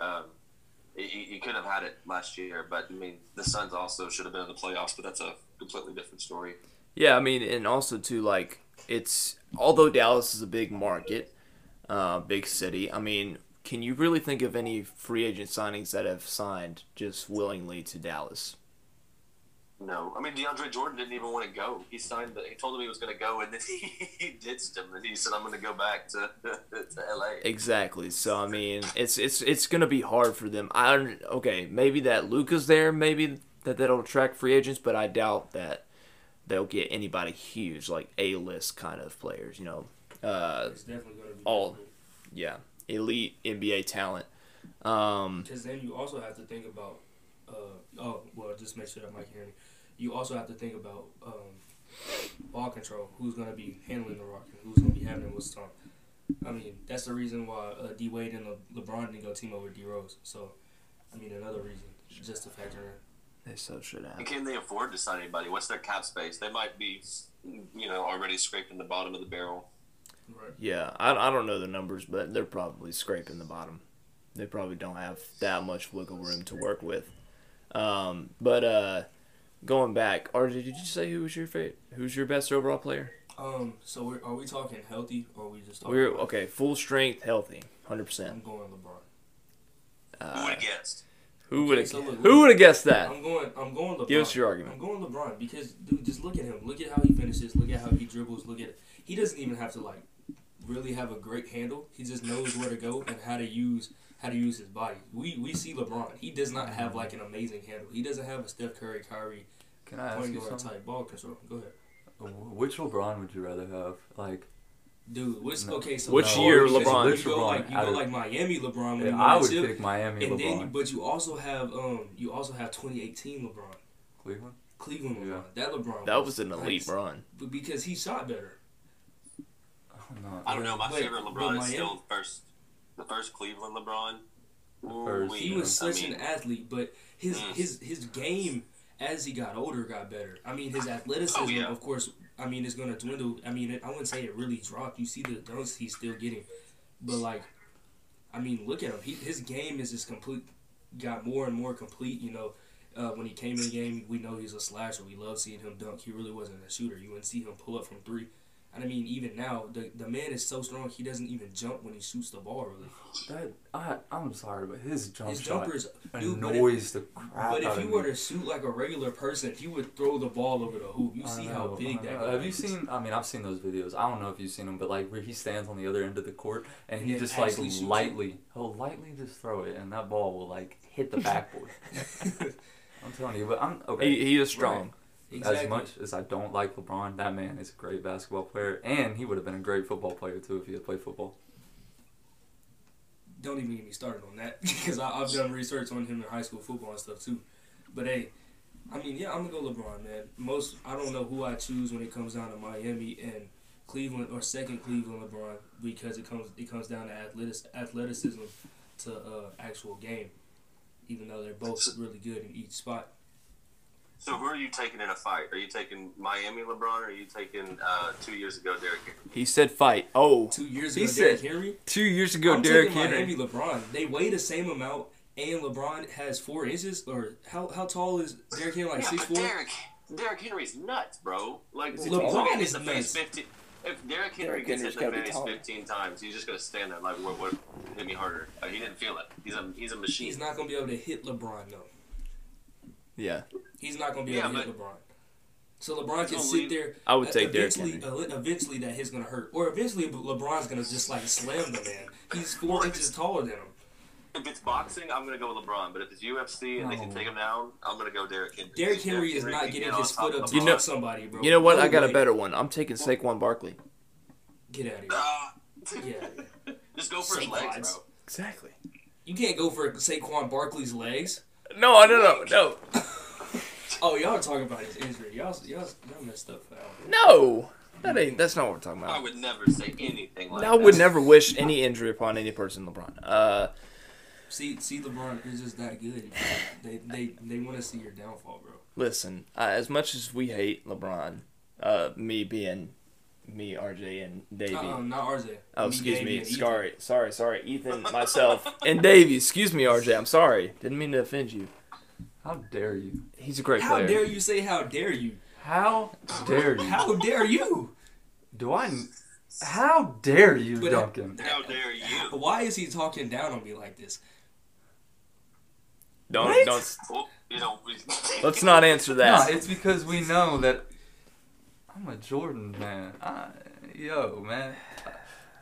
[SPEAKER 3] Um, you, you could have had it last year, but I mean, the Suns also should have been in the playoffs, but that's a completely different story.
[SPEAKER 2] Yeah, I mean, and also too, like it's although Dallas is a big market, uh, big city. I mean, can you really think of any free agent signings that have signed just willingly to Dallas?
[SPEAKER 3] No, I mean DeAndre Jordan didn't even want to go. He signed. The, he told him he was going to go, and then (laughs) he ditched him, and he said, "I'm going to go back to (laughs) to LA."
[SPEAKER 2] Exactly. So I mean, it's it's it's gonna be hard for them. I don't- okay, maybe that Luca's there, maybe that that'll attract free agents, but I doubt that they'll get anybody huge like A list kind of players. You know, uh,
[SPEAKER 4] It's definitely going to be
[SPEAKER 2] All- yeah, elite NBA talent. Um,
[SPEAKER 4] Because then you also have to think about, uh, oh, well, just make sure that Mike hearing me. You also have to think about um, ball control. Who's going to be handling the rock and who's going to be having it with time. I mean, that's the reason why uh, D Wade and Le- LeBron didn't go team over D Rose. So, I mean, another reason just to factor in.
[SPEAKER 2] they so should have.
[SPEAKER 3] And can they afford to sign anybody? What's their cap space? They might be, you know, already scraping the bottom of the barrel.
[SPEAKER 4] Right.
[SPEAKER 2] Yeah, I, I don't know the numbers, but they're probably scraping the bottom. They probably don't have that much wiggle room to work with. Um, but uh, going back, or did you just say who was your favorite? Who's your best overall player?
[SPEAKER 4] Um. So, we're, are we talking healthy or are we just talking?
[SPEAKER 2] We're
[SPEAKER 4] about-
[SPEAKER 2] okay, full strength, healthy, hundred
[SPEAKER 4] I'm
[SPEAKER 2] percent. Uh,
[SPEAKER 4] going LeBron.
[SPEAKER 3] Who
[SPEAKER 4] Uh,
[SPEAKER 3] would have guessed?
[SPEAKER 2] Who would have
[SPEAKER 4] so look,
[SPEAKER 2] Who would have guessed that?
[SPEAKER 4] I'm going. I'm going LeBron.
[SPEAKER 2] Give us your argument.
[SPEAKER 4] I'm going LeBron because dude, just look at him. Look at how he finishes. Look at how he dribbles. Look at he doesn't even have to like really have a great handle. He just knows where to go and how to use how to use his body. We we see LeBron. He does not have like an amazing handle. He doesn't have a Steph Curry, Kyrie
[SPEAKER 2] Uh,
[SPEAKER 1] Can I ask
[SPEAKER 4] point
[SPEAKER 1] you
[SPEAKER 4] guard
[SPEAKER 1] something?
[SPEAKER 4] type ball control. Go ahead,
[SPEAKER 1] Which LeBron would you rather have? Like,
[SPEAKER 4] dude. Which
[SPEAKER 1] No.
[SPEAKER 4] okay? So
[SPEAKER 2] Which
[SPEAKER 4] now-
[SPEAKER 2] year
[SPEAKER 4] you
[SPEAKER 2] LeBron?
[SPEAKER 4] go-
[SPEAKER 1] Which
[SPEAKER 4] You go
[SPEAKER 1] LeBron?
[SPEAKER 4] like you
[SPEAKER 1] Out
[SPEAKER 4] go
[SPEAKER 1] of-
[SPEAKER 4] like Miami LeBron. When
[SPEAKER 1] I
[SPEAKER 4] you won
[SPEAKER 1] would
[SPEAKER 4] the chip,
[SPEAKER 1] pick Miami
[SPEAKER 4] And
[SPEAKER 1] LeBron.
[SPEAKER 4] then, you- but you also have um, you also have 2018 LeBron.
[SPEAKER 1] Cleveland. (laughs)
[SPEAKER 4] Cleveland LeBron.
[SPEAKER 1] Yeah.
[SPEAKER 4] That LeBron.
[SPEAKER 2] That was an elite
[SPEAKER 4] nice.
[SPEAKER 2] run.
[SPEAKER 4] B- because he shot better.
[SPEAKER 1] Oh, no.
[SPEAKER 3] I don't know. My
[SPEAKER 4] Wait,
[SPEAKER 3] favorite
[SPEAKER 4] but
[SPEAKER 3] LeBron is
[SPEAKER 4] Miami-
[SPEAKER 3] still first, the first Cleveland LeBron.
[SPEAKER 1] first.
[SPEAKER 3] Ooh-wee.
[SPEAKER 4] He was
[SPEAKER 3] I
[SPEAKER 4] such
[SPEAKER 3] mean,
[SPEAKER 4] an athlete, but his
[SPEAKER 3] Mm.
[SPEAKER 4] his his game as he got older got better. I mean, his athleticism,
[SPEAKER 3] Oh, yeah.
[SPEAKER 4] of course. I mean, it's gonna dwindle. I mean, it, I wouldn't say it really dropped. You see the dunks he's still getting, but like, I mean, look at him. He, his game is just complete. Got more and more complete. You know, uh, when he came in the game, we know he's a slasher. We love seeing him dunk. He really wasn't a shooter. You wouldn't see him pull up from three. And I mean, even now, the the man is so strong. He doesn't even jump when he shoots the ball. Really,
[SPEAKER 1] That I I'm sorry, but his jump
[SPEAKER 4] his
[SPEAKER 1] shot
[SPEAKER 4] jumper is dude. but it-
[SPEAKER 1] annoys the crap out
[SPEAKER 4] But if
[SPEAKER 1] of
[SPEAKER 4] you
[SPEAKER 1] me.
[SPEAKER 4] were to shoot like a regular person, you would throw the ball over the hoop. You
[SPEAKER 1] I
[SPEAKER 4] see
[SPEAKER 1] know,
[SPEAKER 4] how big
[SPEAKER 1] I
[SPEAKER 4] that.
[SPEAKER 1] know.
[SPEAKER 4] guy
[SPEAKER 1] Have you
[SPEAKER 4] is. (laughs)
[SPEAKER 1] seen? I mean, I've seen those videos. I don't know if you've seen them, but like where he stands on the other end of the court and
[SPEAKER 4] And
[SPEAKER 1] he
[SPEAKER 4] then
[SPEAKER 1] just like
[SPEAKER 4] actually shoots it.
[SPEAKER 1] lightly, he'll lightly just throw it, and that ball will like hit the
[SPEAKER 4] (laughs)
[SPEAKER 1] backboard. I'm telling you, but I'm okay.
[SPEAKER 2] He, he is strong.
[SPEAKER 4] Exactly.
[SPEAKER 1] As much as I don't like LeBron, that man is a great basketball player, and he would have been a great football player too if he had played football.
[SPEAKER 4] Don't even get me started on that (laughs) because I, I've done research on him in high school football and stuff too. But hey, I mean, yeah, I'm gonna go LeBron, man. Most I don't know who I choose when it comes down to Miami and Cleveland or second Cleveland LeBron because it comes it comes down to athletic, athleticism to uh, actual game, even though they're both really good in each spot.
[SPEAKER 3] So who are you taking in a fight? Are you taking Miami LeBron? Or are you taking uh, two years ago Derrick? Henry?
[SPEAKER 2] He said fight. Oh,
[SPEAKER 4] Two years
[SPEAKER 2] He
[SPEAKER 4] ago,
[SPEAKER 2] said-
[SPEAKER 4] Derrick Henry.
[SPEAKER 2] two years ago,
[SPEAKER 4] I'm
[SPEAKER 2] Derrick
[SPEAKER 4] taking
[SPEAKER 2] Henry.
[SPEAKER 4] Miami LeBron. They weigh the same amount, and LeBron has four inches. Or how how tall is Derrick Henry? Like
[SPEAKER 3] yeah,
[SPEAKER 4] six
[SPEAKER 3] but
[SPEAKER 4] four.
[SPEAKER 3] Derrick, Derrick Henry's nuts, bro. Like
[SPEAKER 4] Is he
[SPEAKER 3] look,
[SPEAKER 4] tall?
[SPEAKER 3] look at
[SPEAKER 4] LeBron is
[SPEAKER 3] the face
[SPEAKER 4] nuts.
[SPEAKER 3] 15, if Derrick Henry
[SPEAKER 2] Derrick
[SPEAKER 3] gets
[SPEAKER 2] Henry's
[SPEAKER 3] hit in
[SPEAKER 2] gotta
[SPEAKER 3] the
[SPEAKER 2] be
[SPEAKER 3] face
[SPEAKER 2] tall.
[SPEAKER 3] fifteen times, he's just gonna stand there like, what, what, hit me harder. Uh, he didn't feel it. He's a he's a machine.
[SPEAKER 4] He's not gonna be able to hit LeBron though.
[SPEAKER 2] Yeah,
[SPEAKER 4] He's not gonna be
[SPEAKER 3] Yeah,
[SPEAKER 4] able to hit
[SPEAKER 3] but-
[SPEAKER 4] LeBron. So LeBron can
[SPEAKER 3] He's gonna
[SPEAKER 4] sit
[SPEAKER 3] leave-
[SPEAKER 4] there.
[SPEAKER 2] I would
[SPEAKER 4] uh,
[SPEAKER 2] take Derrick
[SPEAKER 4] eventually,
[SPEAKER 2] Henry.
[SPEAKER 4] uh, eventually that hit's gonna hurt, or eventually LeBron's gonna just like slam the man. He's four
[SPEAKER 3] Well,
[SPEAKER 4] inches taller than him.
[SPEAKER 3] If it's boxing, I'm gonna go with LeBron. But if it's UFC and they can
[SPEAKER 1] No.
[SPEAKER 3] take him down, I'm gonna go Derrick Henry.
[SPEAKER 4] Derrick Henry is
[SPEAKER 3] can
[SPEAKER 4] not
[SPEAKER 3] get
[SPEAKER 4] getting
[SPEAKER 3] on
[SPEAKER 4] his
[SPEAKER 3] top
[SPEAKER 4] foot up
[SPEAKER 3] of
[SPEAKER 4] to
[SPEAKER 2] You
[SPEAKER 4] you
[SPEAKER 2] know-
[SPEAKER 4] somebody, bro.
[SPEAKER 2] you know what?
[SPEAKER 4] No
[SPEAKER 2] I got a
[SPEAKER 4] way.
[SPEAKER 2] better one. I'm taking Saquon Barkley.
[SPEAKER 4] Get out of here.
[SPEAKER 3] Ah.
[SPEAKER 4] Get out of here.
[SPEAKER 3] Just go for his
[SPEAKER 4] Saquon's.
[SPEAKER 3] legs, bro.
[SPEAKER 2] Exactly.
[SPEAKER 4] You can't go for Saquon Barkley's legs.
[SPEAKER 2] No, no, no, no,
[SPEAKER 4] Oh, y'all talking about his injury. Y'all, y'all, y'all messed up. Al.
[SPEAKER 2] no. That ain't. That's not what we're talking about.
[SPEAKER 3] I would never say anything like
[SPEAKER 2] I
[SPEAKER 3] that.
[SPEAKER 2] would never wish any injury upon any person, LeBron. Uh,
[SPEAKER 4] See, see, LeBron is just that good. They, they, they want to see your downfall, bro.
[SPEAKER 2] listen, uh, as much as we hate LeBron, uh, me being me, RJ, and Davey.
[SPEAKER 4] Uh-uh, not RJ.
[SPEAKER 2] oh, excuse
[SPEAKER 4] Davey
[SPEAKER 2] me.
[SPEAKER 4] and Ethan.
[SPEAKER 2] Sorry, sorry, sorry. Ethan, myself, and Davey. Excuse me, RJ. I'm sorry. Didn't mean to offend you.
[SPEAKER 1] How dare you?
[SPEAKER 2] He's a great
[SPEAKER 4] How
[SPEAKER 2] player.
[SPEAKER 4] dare you say how dare you?
[SPEAKER 1] How dare you?
[SPEAKER 4] How dare you?
[SPEAKER 1] Do I? How dare you,
[SPEAKER 4] But- uh,
[SPEAKER 1] Duncan?
[SPEAKER 3] How dare you?
[SPEAKER 4] Why is he talking down on me like this?
[SPEAKER 2] Don't
[SPEAKER 1] What?
[SPEAKER 2] don't.
[SPEAKER 3] Well, Oh, you know, we,
[SPEAKER 2] Let's
[SPEAKER 3] (laughs)
[SPEAKER 2] not answer
[SPEAKER 1] No,
[SPEAKER 2] that.
[SPEAKER 1] it's because we know that I'm a Jordan man. I, yo, man.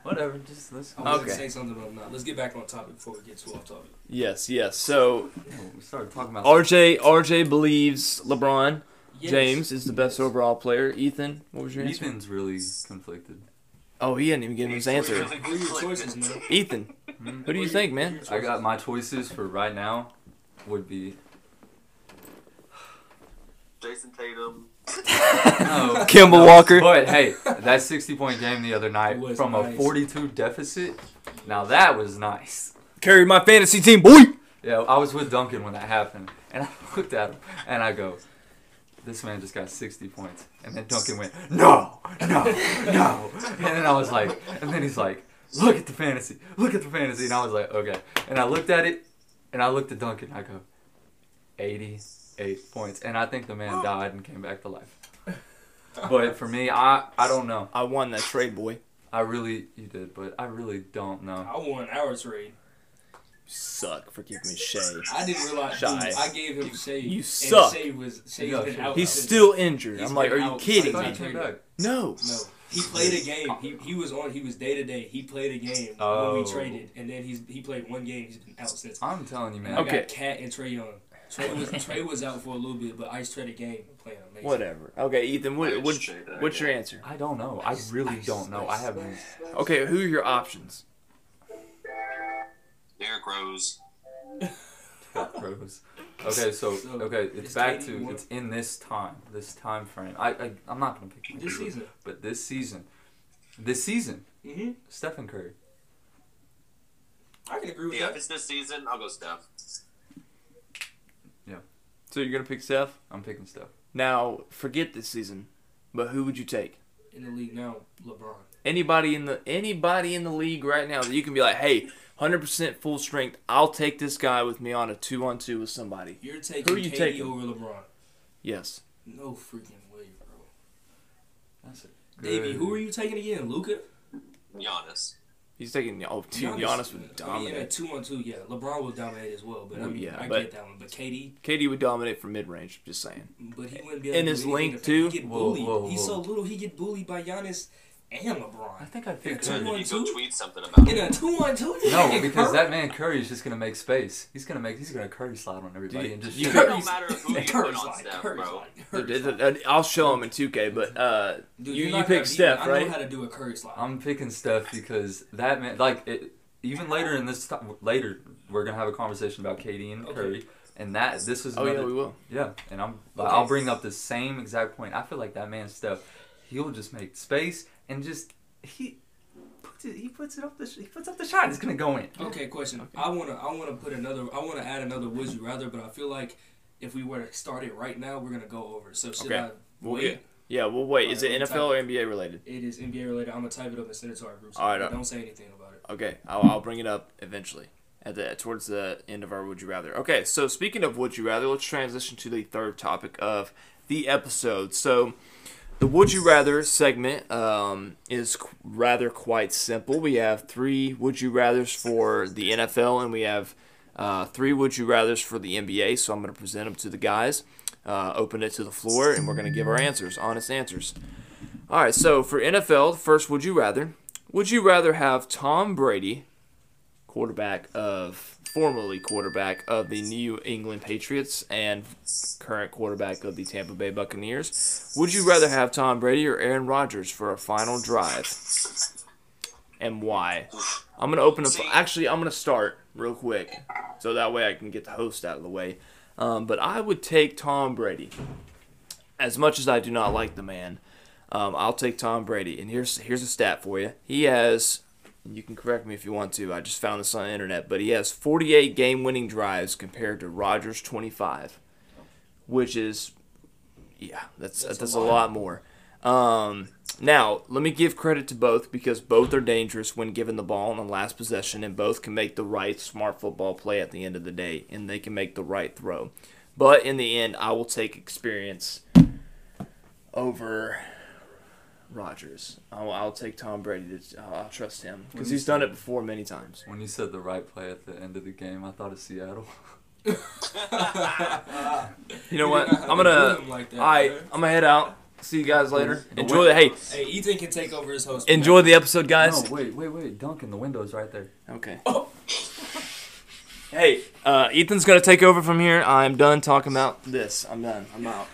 [SPEAKER 1] Whatever, just let's go.
[SPEAKER 4] I was
[SPEAKER 2] Okay.
[SPEAKER 4] gonna say something, but I'm not. Let's get back on topic before we get too off topic.
[SPEAKER 2] yes, yes. So
[SPEAKER 1] We started talking about
[SPEAKER 2] RJ RJ believes LeBron
[SPEAKER 4] Yes.
[SPEAKER 2] James is the best overall player. Ethan, what was your answer?
[SPEAKER 1] Ethan's really conflicted.
[SPEAKER 2] Oh, he didn't even give him his answer.
[SPEAKER 4] What are your choices, man?
[SPEAKER 2] Ethan, who do you think, man?
[SPEAKER 1] I got my choices for right now would be
[SPEAKER 3] Jason Tatum.
[SPEAKER 1] no.
[SPEAKER 2] Kimball Walker.
[SPEAKER 1] But hey, that 60 point game the other night
[SPEAKER 4] It was
[SPEAKER 1] from
[SPEAKER 4] nice.
[SPEAKER 1] a 42 deficit. Now that was nice.
[SPEAKER 2] Carried my fantasy team, boy.
[SPEAKER 1] Yeah, I was with Duncan when that happened, and I (laughs) looked at him and I go, "This man just got 60 points." And then Duncan went, "No, no, no." And then I was like, and then he's like, "Look at the fantasy, look at the fantasy," and I was like, "Okay." And I looked at it, and I looked at Duncan. I go, "88 points," and I think the man died and came back to life. But for me, I I don't know.
[SPEAKER 2] I won that trade, boy.
[SPEAKER 1] I really you did, but I really don't know.
[SPEAKER 4] I won our trade.
[SPEAKER 2] Suck for giving me shade.
[SPEAKER 4] I didn't realize.
[SPEAKER 2] Shy.
[SPEAKER 4] dude, I gave him shade.
[SPEAKER 2] you
[SPEAKER 4] and
[SPEAKER 2] suck.
[SPEAKER 4] Shade was Shade's
[SPEAKER 1] got
[SPEAKER 4] been
[SPEAKER 1] shade.
[SPEAKER 4] out.
[SPEAKER 2] He's
[SPEAKER 4] since-
[SPEAKER 2] still injured.
[SPEAKER 4] He's
[SPEAKER 2] I'm like, are
[SPEAKER 4] been
[SPEAKER 2] you
[SPEAKER 4] out.
[SPEAKER 1] I
[SPEAKER 2] kidding
[SPEAKER 1] thought he
[SPEAKER 2] me?
[SPEAKER 1] came back.
[SPEAKER 2] No.
[SPEAKER 4] No, he played a game. He, he was on. He was day to day. He played a game when
[SPEAKER 1] Oh.
[SPEAKER 4] we traded, and then he's he played one game. He's been out since.
[SPEAKER 1] I'm telling you, man.
[SPEAKER 4] I
[SPEAKER 2] Okay.
[SPEAKER 4] got Cat and Trey Young. Trey was Trey was out for a little bit, but Ice traded a game and playing amazing.
[SPEAKER 2] Whatever. Okay, Ethan, what,
[SPEAKER 3] I'd
[SPEAKER 2] what,
[SPEAKER 3] say that,
[SPEAKER 2] what's your
[SPEAKER 3] yeah.
[SPEAKER 2] answer?
[SPEAKER 1] I don't know. I really don't know. I haven't.
[SPEAKER 2] Okay, who are your options?
[SPEAKER 3] Derrick Rose.
[SPEAKER 1] (laughs)
[SPEAKER 4] (laughs)
[SPEAKER 1] Gross. Okay, so
[SPEAKER 4] So,
[SPEAKER 1] okay, it's
[SPEAKER 4] is
[SPEAKER 1] back
[SPEAKER 4] KD
[SPEAKER 1] to
[SPEAKER 4] more-
[SPEAKER 1] it's in this time, this time frame. I, I I'm not gonna pick
[SPEAKER 4] This
[SPEAKER 1] Cleveland,
[SPEAKER 4] season.
[SPEAKER 1] but this season, this season,
[SPEAKER 4] Mm-hmm.
[SPEAKER 1] Stephen Curry.
[SPEAKER 4] I can agree with
[SPEAKER 3] Yeah, if
[SPEAKER 4] that.
[SPEAKER 3] it's this season, I'll go Steph.
[SPEAKER 2] So you're gonna pick Steph?
[SPEAKER 1] I'm picking Steph.
[SPEAKER 2] Now, forget this season, but who would you take?
[SPEAKER 4] In the league now, LeBron.
[SPEAKER 2] Anybody in the anybody in the league right now that you can be like, hey, 100% full strength. I'll take this guy with me on a two on two with somebody.
[SPEAKER 4] You're taking
[SPEAKER 2] you
[SPEAKER 4] KD
[SPEAKER 2] taking?
[SPEAKER 4] over LeBron.
[SPEAKER 2] Yes.
[SPEAKER 4] No freaking way, bro.
[SPEAKER 1] That's a
[SPEAKER 4] Davey,
[SPEAKER 1] good-
[SPEAKER 4] who are you taking again? Luca?
[SPEAKER 3] Giannis.
[SPEAKER 2] He's taking oh, dude, Giannis would
[SPEAKER 4] Yeah,
[SPEAKER 2] dominate.
[SPEAKER 4] two on two. Yeah, LeBron will dominate as well. But I
[SPEAKER 2] Well,
[SPEAKER 4] mean,
[SPEAKER 2] yeah,
[SPEAKER 4] I
[SPEAKER 2] but-
[SPEAKER 4] get that one. But KD,
[SPEAKER 2] KD would dominate from mid range. Just saying.
[SPEAKER 4] but he wouldn't be able
[SPEAKER 2] And
[SPEAKER 4] to
[SPEAKER 2] his
[SPEAKER 4] do
[SPEAKER 2] length, too?
[SPEAKER 4] anything to- He get
[SPEAKER 1] Whoa,
[SPEAKER 4] bullied.
[SPEAKER 1] whoa,
[SPEAKER 4] He's so
[SPEAKER 1] whoa.
[SPEAKER 4] little. He get bullied by Giannis and
[SPEAKER 1] I
[SPEAKER 2] (laughs)
[SPEAKER 4] LeBron.
[SPEAKER 1] think I picked
[SPEAKER 4] Two
[SPEAKER 3] Dude,
[SPEAKER 1] Curry.
[SPEAKER 4] on
[SPEAKER 3] you go
[SPEAKER 4] two?
[SPEAKER 3] tweet something about
[SPEAKER 4] In
[SPEAKER 3] it.
[SPEAKER 4] a two on two.
[SPEAKER 1] No, because that man Curry is just gonna make space. He's gonna make. He's gonna Curry slide on everybody
[SPEAKER 2] Dude,
[SPEAKER 1] and just
[SPEAKER 2] you
[SPEAKER 1] shoot.
[SPEAKER 3] It
[SPEAKER 2] could-
[SPEAKER 3] don't matter who you put
[SPEAKER 4] Curry's
[SPEAKER 3] on
[SPEAKER 4] like
[SPEAKER 3] Steph,
[SPEAKER 4] Curry's
[SPEAKER 3] bro.
[SPEAKER 4] like
[SPEAKER 2] Dude,
[SPEAKER 4] Curry's like-
[SPEAKER 2] th- I'll show him in 2K, but uh,
[SPEAKER 4] Dude,
[SPEAKER 2] you
[SPEAKER 4] you're
[SPEAKER 2] you
[SPEAKER 4] not
[SPEAKER 2] pick
[SPEAKER 4] gonna beat me.
[SPEAKER 2] Steph,
[SPEAKER 4] I know
[SPEAKER 2] right?
[SPEAKER 4] how to do a Curry slide.
[SPEAKER 1] I'm picking Steph because that man, like, it, even later in this time, later we're gonna have a conversation about KD and
[SPEAKER 4] Okay.
[SPEAKER 1] Curry, and that this is
[SPEAKER 2] Oh yeah,
[SPEAKER 1] another,
[SPEAKER 2] we will.
[SPEAKER 1] yeah, and I'm
[SPEAKER 4] Okay.
[SPEAKER 1] I'll bring up the same exact point. I feel like that man Steph, he'll just make space and just he puts it, he puts it up the sh- he puts up the shot. It's gonna go in.
[SPEAKER 4] Okay, question. I wanna I wanna put another I wanna add another would you rather, but I feel like if we were to start it right now, we're gonna go over. it. So should
[SPEAKER 2] Okay.
[SPEAKER 4] I
[SPEAKER 2] We'll
[SPEAKER 4] wait?
[SPEAKER 2] get- Yeah, well, wait. Is it
[SPEAKER 4] Alright, let me
[SPEAKER 2] NFL or NBA related?
[SPEAKER 4] It is NBA related. I'm gonna type it up and send it to our group. so
[SPEAKER 2] Alright, uh,
[SPEAKER 4] Don't say anything about
[SPEAKER 2] (laughs)
[SPEAKER 4] it.
[SPEAKER 2] Okay, I'll, I'll bring it up eventually at the towards the end of our would you rather. Okay, so speaking of would you rather, let's transition to the third topic of the episode. So the would you rather segment um, is qu- rather quite simple. We have three would you rather's for the NFL, and we have uh, three would you rather's for the NBA. So I'm going to present them to the guys, uh, open it to the floor, and we're going to give our answers, honest answers. All right, so for NFL, first, would you rather? Would you rather have Tom Brady, quarterback of, formerly quarterback of the New England Patriots and current quarterback of the Tampa Bay Buccaneers, would you rather have Tom Brady or Aaron Rodgers for a final drive? And why? I'm going to open up. Actually, I'm going to start real quick so that way I can get the host out of the way. Um, but I would take Tom Brady. As much as I do not like the man, um, I'll take Tom Brady, and here's here's a stat for you. He has, and you can correct me if you want to. I just found this on the internet, but he has 48 game-winning drives compared to Rogers' 25, which is, yeah, that's that's, a, lot. more. Um, now let me give credit to both because both are dangerous when given the ball on the last possession, and both can make the right smart football play at the end of the day, and they can make the right throw. But in the end, I will take experience over Rodgers. I'll, I'll take Tom Brady. To, uh, I'll, I'll trust him
[SPEAKER 1] When
[SPEAKER 2] because
[SPEAKER 1] you
[SPEAKER 2] he's done
[SPEAKER 1] say-
[SPEAKER 2] it before many times.
[SPEAKER 1] When you said the right play at the end of the game, I thought of Seattle.
[SPEAKER 2] You
[SPEAKER 4] (laughs)
[SPEAKER 2] know
[SPEAKER 4] You
[SPEAKER 2] what?
[SPEAKER 4] did not have
[SPEAKER 2] I'm
[SPEAKER 4] to
[SPEAKER 2] gonna.
[SPEAKER 4] do him like that,
[SPEAKER 2] all right,
[SPEAKER 4] man.
[SPEAKER 2] I'm gonna head out. See you guys later.
[SPEAKER 1] The
[SPEAKER 2] Enjoy the hey.
[SPEAKER 4] Hey, Ethan can take over his host.
[SPEAKER 2] Enjoy the
[SPEAKER 1] (laughs)
[SPEAKER 2] episode, guys.
[SPEAKER 1] No, wait, wait, wait. Duncan, the window's right there.
[SPEAKER 2] Okay. (laughs) hey, uh, Ethan's gonna take over from here. I'm done talking about this. I'm done. I'm out.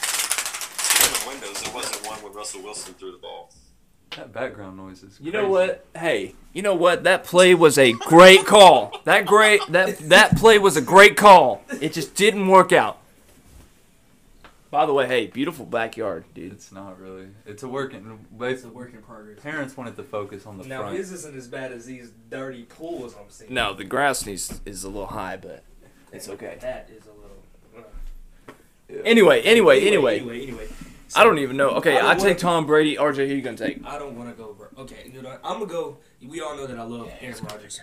[SPEAKER 3] the windows, there wasn't one when Russell Wilson threw the ball.
[SPEAKER 1] That background noise is.
[SPEAKER 2] You know
[SPEAKER 1] crazy.
[SPEAKER 2] what? Hey, you know what? That play was a great call. That great that that play was a great call. It just didn't work out. By the way, hey, beautiful backyard, dude.
[SPEAKER 1] It's not really. It's a working. They,
[SPEAKER 4] It's a work in progress.
[SPEAKER 1] parents wanted to focus on the
[SPEAKER 4] Now
[SPEAKER 1] (laughs) front.
[SPEAKER 4] his isn't as bad as these dirty pools I'm seeing.
[SPEAKER 2] No, the grass needs is a little high, but it's okay.
[SPEAKER 4] That is a little.
[SPEAKER 2] Anyway, anyway, anyway.
[SPEAKER 4] Anyway, anyway.
[SPEAKER 2] I don't even know. Okay,
[SPEAKER 4] I
[SPEAKER 2] I
[SPEAKER 4] don't
[SPEAKER 2] take
[SPEAKER 4] wanna-
[SPEAKER 2] Tom Brady. RJ, who you gonna take?
[SPEAKER 4] I don't want to go, bro. Okay, you know, what? I'm gonna go. We all know that I love Aaron Rodgers.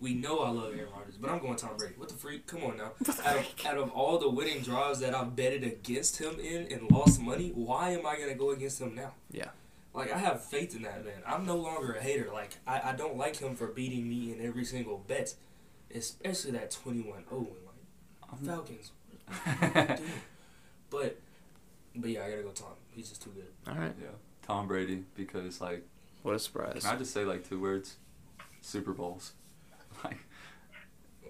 [SPEAKER 4] We know I love Aaron Rodgers, but I'm going Tom Brady. What the freak? Come on now. Out of, out of all the winning drives that I've betted against him in and lost money, why am I gonna go against him now?
[SPEAKER 2] Yeah.
[SPEAKER 4] Like I have faith in that man. I'm no longer a hater. Like I, I don't like him for beating me in every single bet, especially that 21-0 and like Falcons. Dude. But but yeah, I gotta go Tom. He's just too good.
[SPEAKER 2] All right.
[SPEAKER 1] yeah, Tom Brady because like
[SPEAKER 2] What a surprise.
[SPEAKER 1] can I just say like two words? Super Bowls. (laughs) Like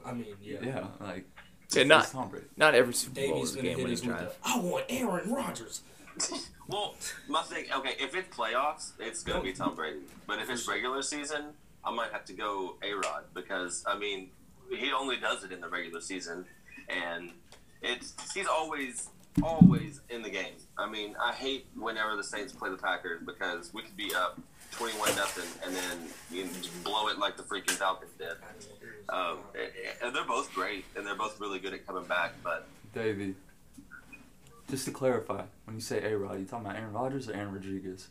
[SPEAKER 4] I mean, yeah.
[SPEAKER 1] yeah, like
[SPEAKER 2] Yeah,
[SPEAKER 1] it's-
[SPEAKER 2] not-
[SPEAKER 1] it's Tom Brady.
[SPEAKER 2] Not every Super Bowl
[SPEAKER 4] Davey's
[SPEAKER 2] is a
[SPEAKER 4] gonna hit
[SPEAKER 2] game-winning
[SPEAKER 4] us with the,
[SPEAKER 2] drive.
[SPEAKER 4] I want Aaron Rodgers.
[SPEAKER 3] Well, my thing, okay, if it's playoffs, it's going to be Tom Brady. But if it's regular season, I might have to go A Rod because, I mean, he only does it in the regular season. And it's he's always, always in the game. I mean, I hate whenever the Saints play the Packers because we could be up 21 nothing and then you know, just blow it like the freaking Falcons did. Um, and they're both great and they're both really good at coming back, but
[SPEAKER 1] Davey. Just to clarify, when you say A Rod, you talking about Aaron Rodgers or Aaron Rodriguez?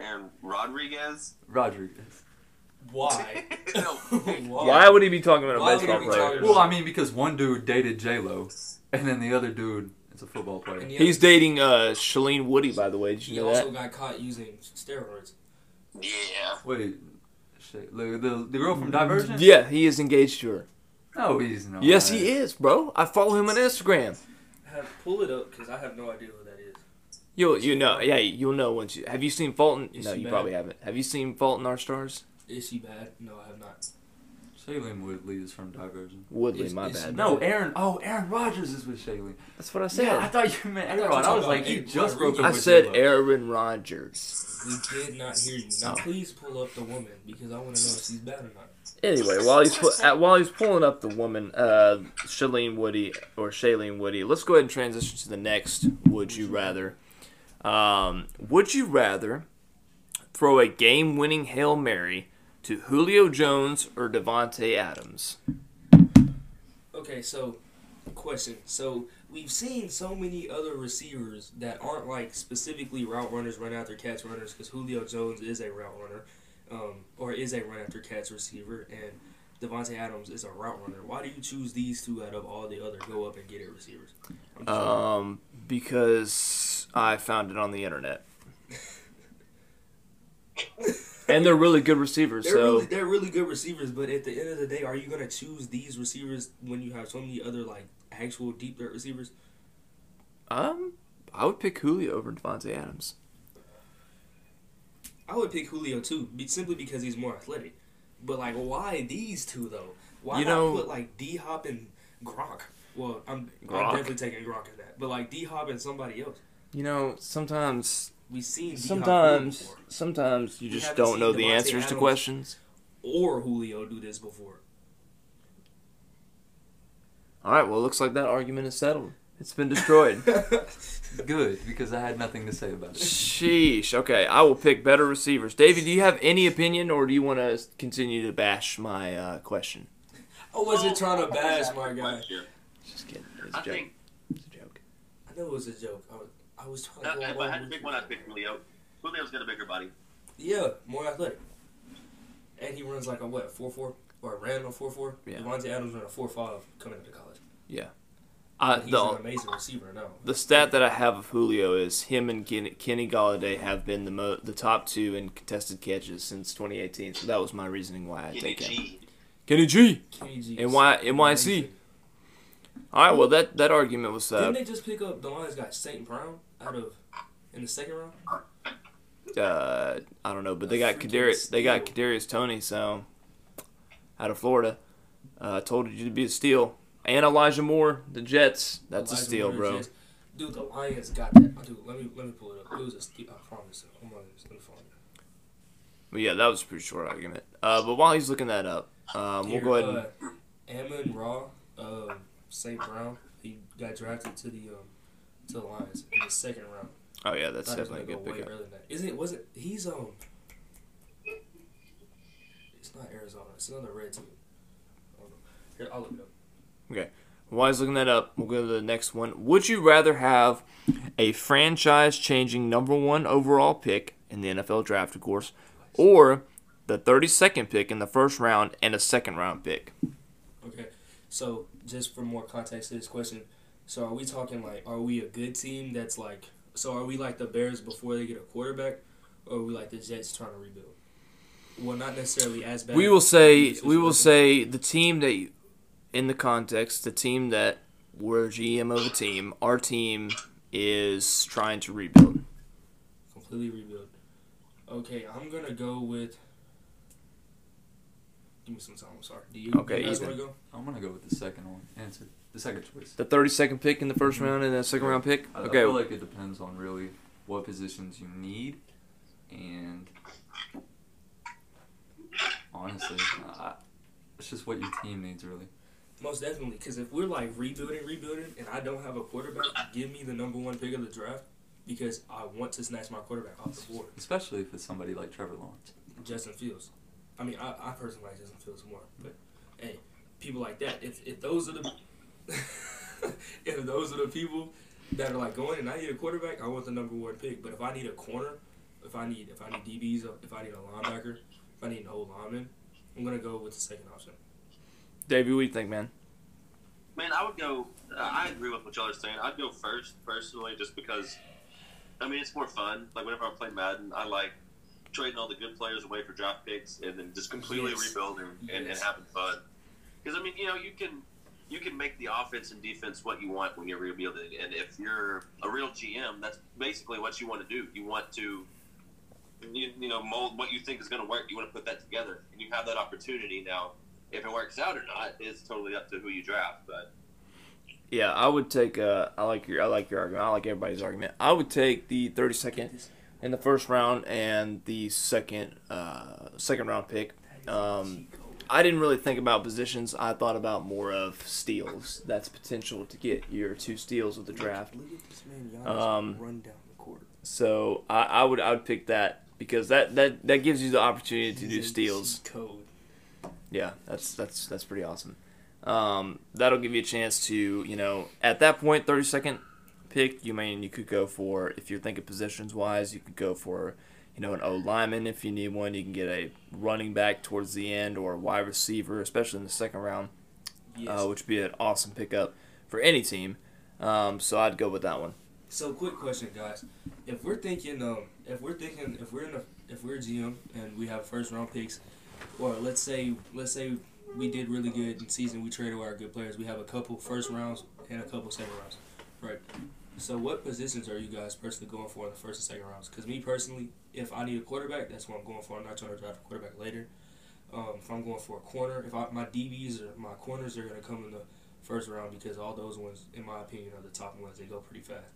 [SPEAKER 3] Aaron Rodriguez. (laughs)
[SPEAKER 1] Rodriguez.
[SPEAKER 4] (laughs) Why?
[SPEAKER 3] no,
[SPEAKER 2] Why would he be talking about a
[SPEAKER 4] Why would
[SPEAKER 2] baseball
[SPEAKER 4] he be
[SPEAKER 2] player?
[SPEAKER 4] talking-
[SPEAKER 1] Well, I mean because one dude dated J Lo, and then the other dude is a football player.
[SPEAKER 4] And he-
[SPEAKER 2] He's dating uh Shalene Woody, by the way. Did
[SPEAKER 4] He
[SPEAKER 2] you know
[SPEAKER 4] also
[SPEAKER 2] that?
[SPEAKER 4] got caught using steroids.
[SPEAKER 3] yeah.
[SPEAKER 1] Wait, shit, the, the the girl from Divergent?
[SPEAKER 2] Mm, Yeah, he is engaged to her.
[SPEAKER 1] No, he's not.
[SPEAKER 2] Yes, he is, bro. I follow him on Instagram.
[SPEAKER 4] Have, pull it up because I have no idea who that is.
[SPEAKER 2] You'll you know yeah you'll know once you have you seen Fault in,
[SPEAKER 4] Is
[SPEAKER 2] no
[SPEAKER 4] she
[SPEAKER 2] you
[SPEAKER 4] bad?
[SPEAKER 2] probably haven't have you seen Fault in Our Stars
[SPEAKER 4] Is she bad? No, I have not.
[SPEAKER 1] Shailene Woodley is from Divergent.
[SPEAKER 2] Woodley
[SPEAKER 4] Is-
[SPEAKER 2] my
[SPEAKER 4] is-
[SPEAKER 2] bad
[SPEAKER 1] No, Aaron. Oh, Aaron Rodgers is with Shailene.
[SPEAKER 2] that's what I said
[SPEAKER 1] Yeah, I thought you meant
[SPEAKER 4] I thought you
[SPEAKER 1] Aaron. I
[SPEAKER 4] talked
[SPEAKER 1] was like,
[SPEAKER 4] about
[SPEAKER 1] you
[SPEAKER 4] Aaron
[SPEAKER 1] just broke up
[SPEAKER 2] I,
[SPEAKER 1] with
[SPEAKER 2] said
[SPEAKER 1] J-Lo.
[SPEAKER 2] Aaron Rodgers
[SPEAKER 4] We did not hear you. Now please pull up the woman because I want to know if she's bad or not.
[SPEAKER 2] anyway while he's pu- uh, while he's pulling up the woman uh Shailene Woody or Shailene Woody let's go ahead and transition to the next Would you rather um Would you rather throw a game winning hail mary to Julio Jones or Devonte Adams
[SPEAKER 4] Okay, so question. So we've seen so many other receivers that aren't like specifically route runners, run after catch runners, because Julio Jones is a route runner, um, or is a run after catch receiver, and Devontae Adams is a route runner. Why do you choose these two out of all the other go up and get it receivers? I'm just-
[SPEAKER 2] um because I found it on the internet. and they're really good receivers,
[SPEAKER 4] they're
[SPEAKER 2] so
[SPEAKER 4] really they're really good receivers, but at the end of the day, are you gonna choose these receivers when you have so many other like actual deep threat receivers?
[SPEAKER 2] um I would pick Julio over Devontae Adams.
[SPEAKER 4] I would pick Julio too, be, simply because he's more athletic. But like, why these two though? Why
[SPEAKER 2] You
[SPEAKER 4] not
[SPEAKER 2] know-
[SPEAKER 4] put like D Hop and Gronk? Well, I'm,
[SPEAKER 2] Gronk.
[SPEAKER 4] I'm definitely taking Gronk as that. But like D Hop and somebody else,
[SPEAKER 2] You know, sometimes
[SPEAKER 4] we've seen D-Hop
[SPEAKER 2] sometimes
[SPEAKER 4] do it
[SPEAKER 2] sometimes you
[SPEAKER 4] We
[SPEAKER 2] just
[SPEAKER 4] haven't
[SPEAKER 2] don't know
[SPEAKER 4] seen
[SPEAKER 2] the
[SPEAKER 4] Devontae
[SPEAKER 2] answers to
[SPEAKER 4] Adams.
[SPEAKER 2] questions.
[SPEAKER 4] before, or Julio do this before. (laughs)
[SPEAKER 2] All right, well, it looks like that argument is settled. It's been
[SPEAKER 4] (laughs)
[SPEAKER 2] destroyed.
[SPEAKER 1] Good, because I had nothing to say about it.
[SPEAKER 2] Sheesh. Okay, I will pick better receivers. David, do you have any opinion, or do you want to continue to bash my uh, question?
[SPEAKER 4] I
[SPEAKER 3] Oh.
[SPEAKER 4] wasn't trying to bash my guy.
[SPEAKER 2] Just kidding. It's a
[SPEAKER 3] I
[SPEAKER 2] joke.
[SPEAKER 3] think
[SPEAKER 2] It's a joke.
[SPEAKER 4] I know it was a joke. I was, I was trying
[SPEAKER 3] Uh,
[SPEAKER 4] to. go
[SPEAKER 3] if
[SPEAKER 4] along
[SPEAKER 3] I had to
[SPEAKER 4] with
[SPEAKER 3] pick
[SPEAKER 4] you.
[SPEAKER 3] one, I'd pick Julio. Julio's got a bigger body.
[SPEAKER 4] Yeah, more athletic. And he runs like a what, four four? Or ran a four four?
[SPEAKER 2] Yeah.
[SPEAKER 4] Devontae Adams ran a four five coming into college.
[SPEAKER 2] Yeah. I,
[SPEAKER 4] He's
[SPEAKER 2] Uh, the
[SPEAKER 4] an amazing receiver, no.
[SPEAKER 2] the stat that I have of Julio is him and Ken- Kenny Galladay have been the mo- the top two in contested catches since 2018. So that was my reasoning why I
[SPEAKER 3] Kenny
[SPEAKER 2] take him.
[SPEAKER 3] G.
[SPEAKER 2] Kenny G.
[SPEAKER 4] Kenny G.
[SPEAKER 2] And why- and why is he?
[SPEAKER 4] Amazing.
[SPEAKER 2] All right. Well, that that argument was
[SPEAKER 4] Didn't
[SPEAKER 2] uh,
[SPEAKER 4] they just pick up the Lions guy St. Brown out of in the second round?
[SPEAKER 2] uh I don't know, but they got
[SPEAKER 4] freaking
[SPEAKER 2] Kadarius they got
[SPEAKER 4] steal.
[SPEAKER 2] Kadarius Tony. So out of Florida, uh, told you to be a steal. And Elijah Moore, the Jets. That's a
[SPEAKER 4] Elijah
[SPEAKER 2] steal,
[SPEAKER 4] Moore,
[SPEAKER 2] bro.
[SPEAKER 4] Jets. Dude, the Lions got that. Oh, Dude, let me let me pull it up. It was a steal. I promise. you. I'm on this. Let me find it.
[SPEAKER 2] But yeah, that was a pretty short argument. Uh, but while he's looking that up, um, we'll
[SPEAKER 4] Here,
[SPEAKER 2] go ahead and
[SPEAKER 4] Uh, Amon Raw, um, St. Brown, he got drafted to the um, to the Lions in the second round.
[SPEAKER 2] oh yeah, that's
[SPEAKER 4] Thought he was
[SPEAKER 2] definitely a
[SPEAKER 4] gonna
[SPEAKER 2] good
[SPEAKER 4] go way
[SPEAKER 2] pickup.
[SPEAKER 4] earlier than that. Isn't it? Was it? He's um. It's not Arizona. It's another red team. I don't know. Here, I'll look it up.
[SPEAKER 2] While he's looking that up, we'll go to the next one. Would you rather have a franchise changing number one overall pick in the NFL draft, of course, or the 32nd pick in the first round and a second round pick?
[SPEAKER 4] Okay, so just for more context to this question, so are we talking like, are we a good team that's like, so are we like the Bears before they get a quarterback, or are we like the Jets trying to rebuild? Well, not necessarily as bad.
[SPEAKER 2] We will say
[SPEAKER 4] This is
[SPEAKER 2] we will
[SPEAKER 4] what-
[SPEAKER 2] say the team that you- in the context, the team that we're GM of a team, our team is trying to rebuild.
[SPEAKER 4] completely rebuild. Okay, I'm gonna go with. Give me some time. I'm sorry. Do you,
[SPEAKER 2] Okay,
[SPEAKER 4] you guys
[SPEAKER 2] Ethan.
[SPEAKER 4] want to go?
[SPEAKER 1] I'm gonna go with the second one. Answer the second choice.
[SPEAKER 2] The 32nd pick in the first round and the second round pick.
[SPEAKER 1] Mm-hmm. I, I
[SPEAKER 2] Okay,
[SPEAKER 1] feel like it depends on really what positions you need, and honestly, I, it's just what your team needs really.
[SPEAKER 4] Most definitely, because if we're like rebuilding, rebuilding, and I don't have a quarterback, give me the number one pick of the draft because I want to snatch my quarterback off the board.
[SPEAKER 1] Especially if it's somebody like Trevor Lawrence.
[SPEAKER 4] Justin Fields. I mean, I, I personally like Justin Fields more, but hey, people like that. If, if those are the (laughs) if those are the people that are like going and I need a quarterback, I want the number one pick. But if I need a corner, if I need if I need DBs, if I need a linebacker, if I need an old lineman, I'm gonna go with the second option.
[SPEAKER 2] Davey, what do you think, man?
[SPEAKER 3] Man, I would go. Uh, I agree with what y'all are saying. I'd go first personally, just because. I mean, it's more fun. Like whenever I play Madden, I like trading all the good players away for draft picks, and then just completely
[SPEAKER 4] Yes.
[SPEAKER 3] rebuilding and, and
[SPEAKER 4] Yes.
[SPEAKER 3] having fun. Because I mean, you know, you can you can make the offense and defense what you want when you're rebuilding, and if you're a real GM, that's basically what you want to do. You want to you, you know mold what you think is going to work. You want to put that together, and you have that opportunity now. If it works out or not, it's totally up to who you draft, but.
[SPEAKER 2] Yeah, I would take. Uh, I like your. I like your argument. I like everybody's argument. I would take the thirty second in the first round and the second uh, second round pick. Um, I didn't really think about positions. I thought about more of steals. That's potential to get your two steals of the draft.
[SPEAKER 4] Look at this man,
[SPEAKER 2] Um,
[SPEAKER 4] run down the court.
[SPEAKER 2] So I, I would. I would pick that because that that that gives you the opportunity to do steals.
[SPEAKER 4] Code.
[SPEAKER 2] Yeah, that's that's that's pretty awesome. Um, that'll give you a chance to you know at that point thirty second pick you mean you could go for if you're thinking positions wise you could go for you know an O lineman if you need one you can get a running back towards the end or a wide receiver especially in the second round
[SPEAKER 4] Yes.
[SPEAKER 2] uh, which would be an awesome pickup for any team. Um, so I'd go with that one.
[SPEAKER 4] So quick question, guys. If we're thinking, um, if we're thinking, if we're in a, if we're a GM and we have first round picks, or let's say, let's say we did really good in season, we traded away our good players. We have a couple first rounds and a couple second rounds, right? So what positions are you guys personally going for in the first and second rounds? Because me personally, if I need a quarterback, that's what I'm going for. I'm not trying to draft a quarterback later. Um, if I'm going for a corner, if I, my DBs or my corners are going to come in the first round because all those ones, in my opinion, are the top ones. They go pretty fast.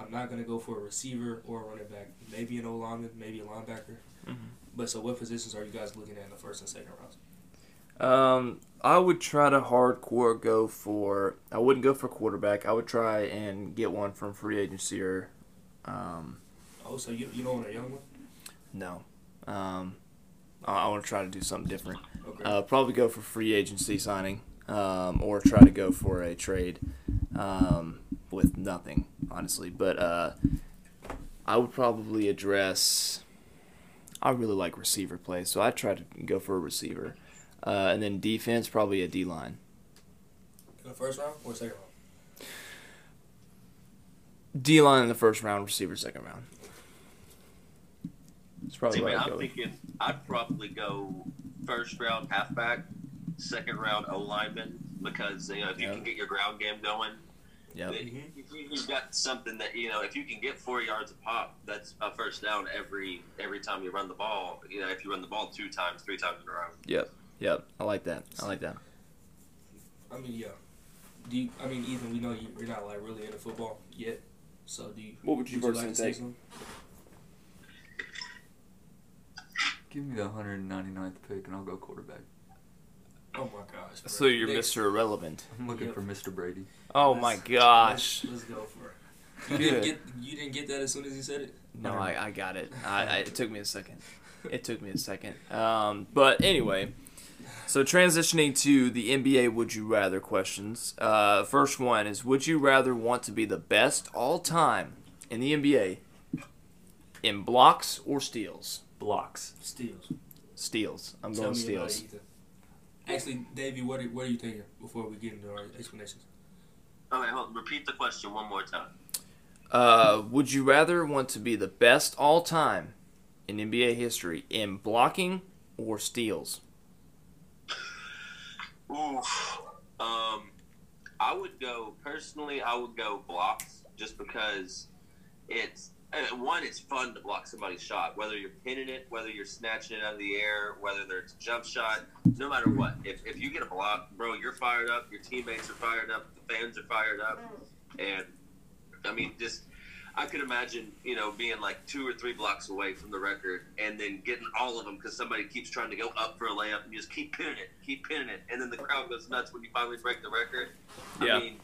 [SPEAKER 4] I'm not gonna go for a receiver or a running back. Maybe an O lineman, maybe a linebacker.
[SPEAKER 2] Mm-hmm.
[SPEAKER 4] But so, what positions are you guys looking at in the first and second rounds?
[SPEAKER 2] Um, I would try to hardcore go for. I wouldn't go for quarterback. I would try and get one from free agency or. Um,
[SPEAKER 4] Oh, so you you don't want a young one?
[SPEAKER 2] No. Um, I, I want to try to do something different.
[SPEAKER 4] Okay.
[SPEAKER 2] Uh, probably go for free agency signing um, or try to go for a trade um, with nothing, honestly. But uh, I would probably address. I really like receiver play, so I try to go for a receiver. Uh, and then defense, probably a D line.
[SPEAKER 4] In the first round or second round?
[SPEAKER 2] D line in the first round, receiver second round. That's probably
[SPEAKER 3] See,
[SPEAKER 2] what
[SPEAKER 3] man,
[SPEAKER 2] I'd
[SPEAKER 3] I'm
[SPEAKER 2] go with.
[SPEAKER 3] thinking I'd probably go first round halfback, second round O lineman because you know if you
[SPEAKER 2] Yeah.
[SPEAKER 3] can get your ground game going,
[SPEAKER 2] Yep.
[SPEAKER 3] then if you- you've got something that you know if you can get four yards a pop, that's a first down every every time you run the ball. You know if you run the ball two times, three times in a row.
[SPEAKER 2] Yep. Yep. I like that. I like that.
[SPEAKER 4] I mean, yeah. Do you, I mean, Ethan, we know you, you're not like really into football yet. So do you?
[SPEAKER 2] What would you personally
[SPEAKER 4] like to say
[SPEAKER 2] take?
[SPEAKER 4] something?
[SPEAKER 1] Give me the 199th pick and I'll go quarterback.
[SPEAKER 4] Oh my gosh. bro.
[SPEAKER 2] So you're
[SPEAKER 4] Next-
[SPEAKER 2] Mr. Irrelevant.
[SPEAKER 1] I'm looking
[SPEAKER 4] Yep.
[SPEAKER 1] for Mr. Brady.
[SPEAKER 2] Oh
[SPEAKER 4] Let's-
[SPEAKER 2] my gosh.
[SPEAKER 4] Let's, let's go
[SPEAKER 2] (laughs)
[SPEAKER 4] for it. You
[SPEAKER 2] Good.
[SPEAKER 4] didn't get you didn't get that as soon as you said it.
[SPEAKER 2] No, I, I got it. I, I, it took me a second. It took me a second. Um, but anyway, so transitioning to the NBA Would You Rather questions. Uh, first one is Would you rather want to be the best all time in the NBA in blocks or steals?
[SPEAKER 1] Blocks.
[SPEAKER 4] (laughs) Steals.
[SPEAKER 2] Steals. I'm
[SPEAKER 4] Tell
[SPEAKER 2] going
[SPEAKER 4] me about it,
[SPEAKER 2] steals.
[SPEAKER 4] Ethan. Actually, Davey, what are, what are you thinking before we get into our explanations?
[SPEAKER 3] Okay, hold, repeat the question one more time.
[SPEAKER 2] Uh, would you rather want to be the best all time in NBA history in blocking or steals?
[SPEAKER 3] Ooh, um, I would go personally. I would go blocks just because it's uh, one. It's fun to block somebody's shot, whether you're pinning it, whether you're snatching it out of the air, whether it's a jump shot. No matter what, if if you get a block, bro, you're fired up. Your teammates are fired up. The fans are fired up, and I mean, just I could imagine, you know, being like two or three blocks away from the record, and then getting all of them because somebody keeps trying to go up for a layup, and you just keep pinning it, keep pinning it, and then the crowd goes nuts when you finally break the record.
[SPEAKER 2] Yeah.
[SPEAKER 3] I mean,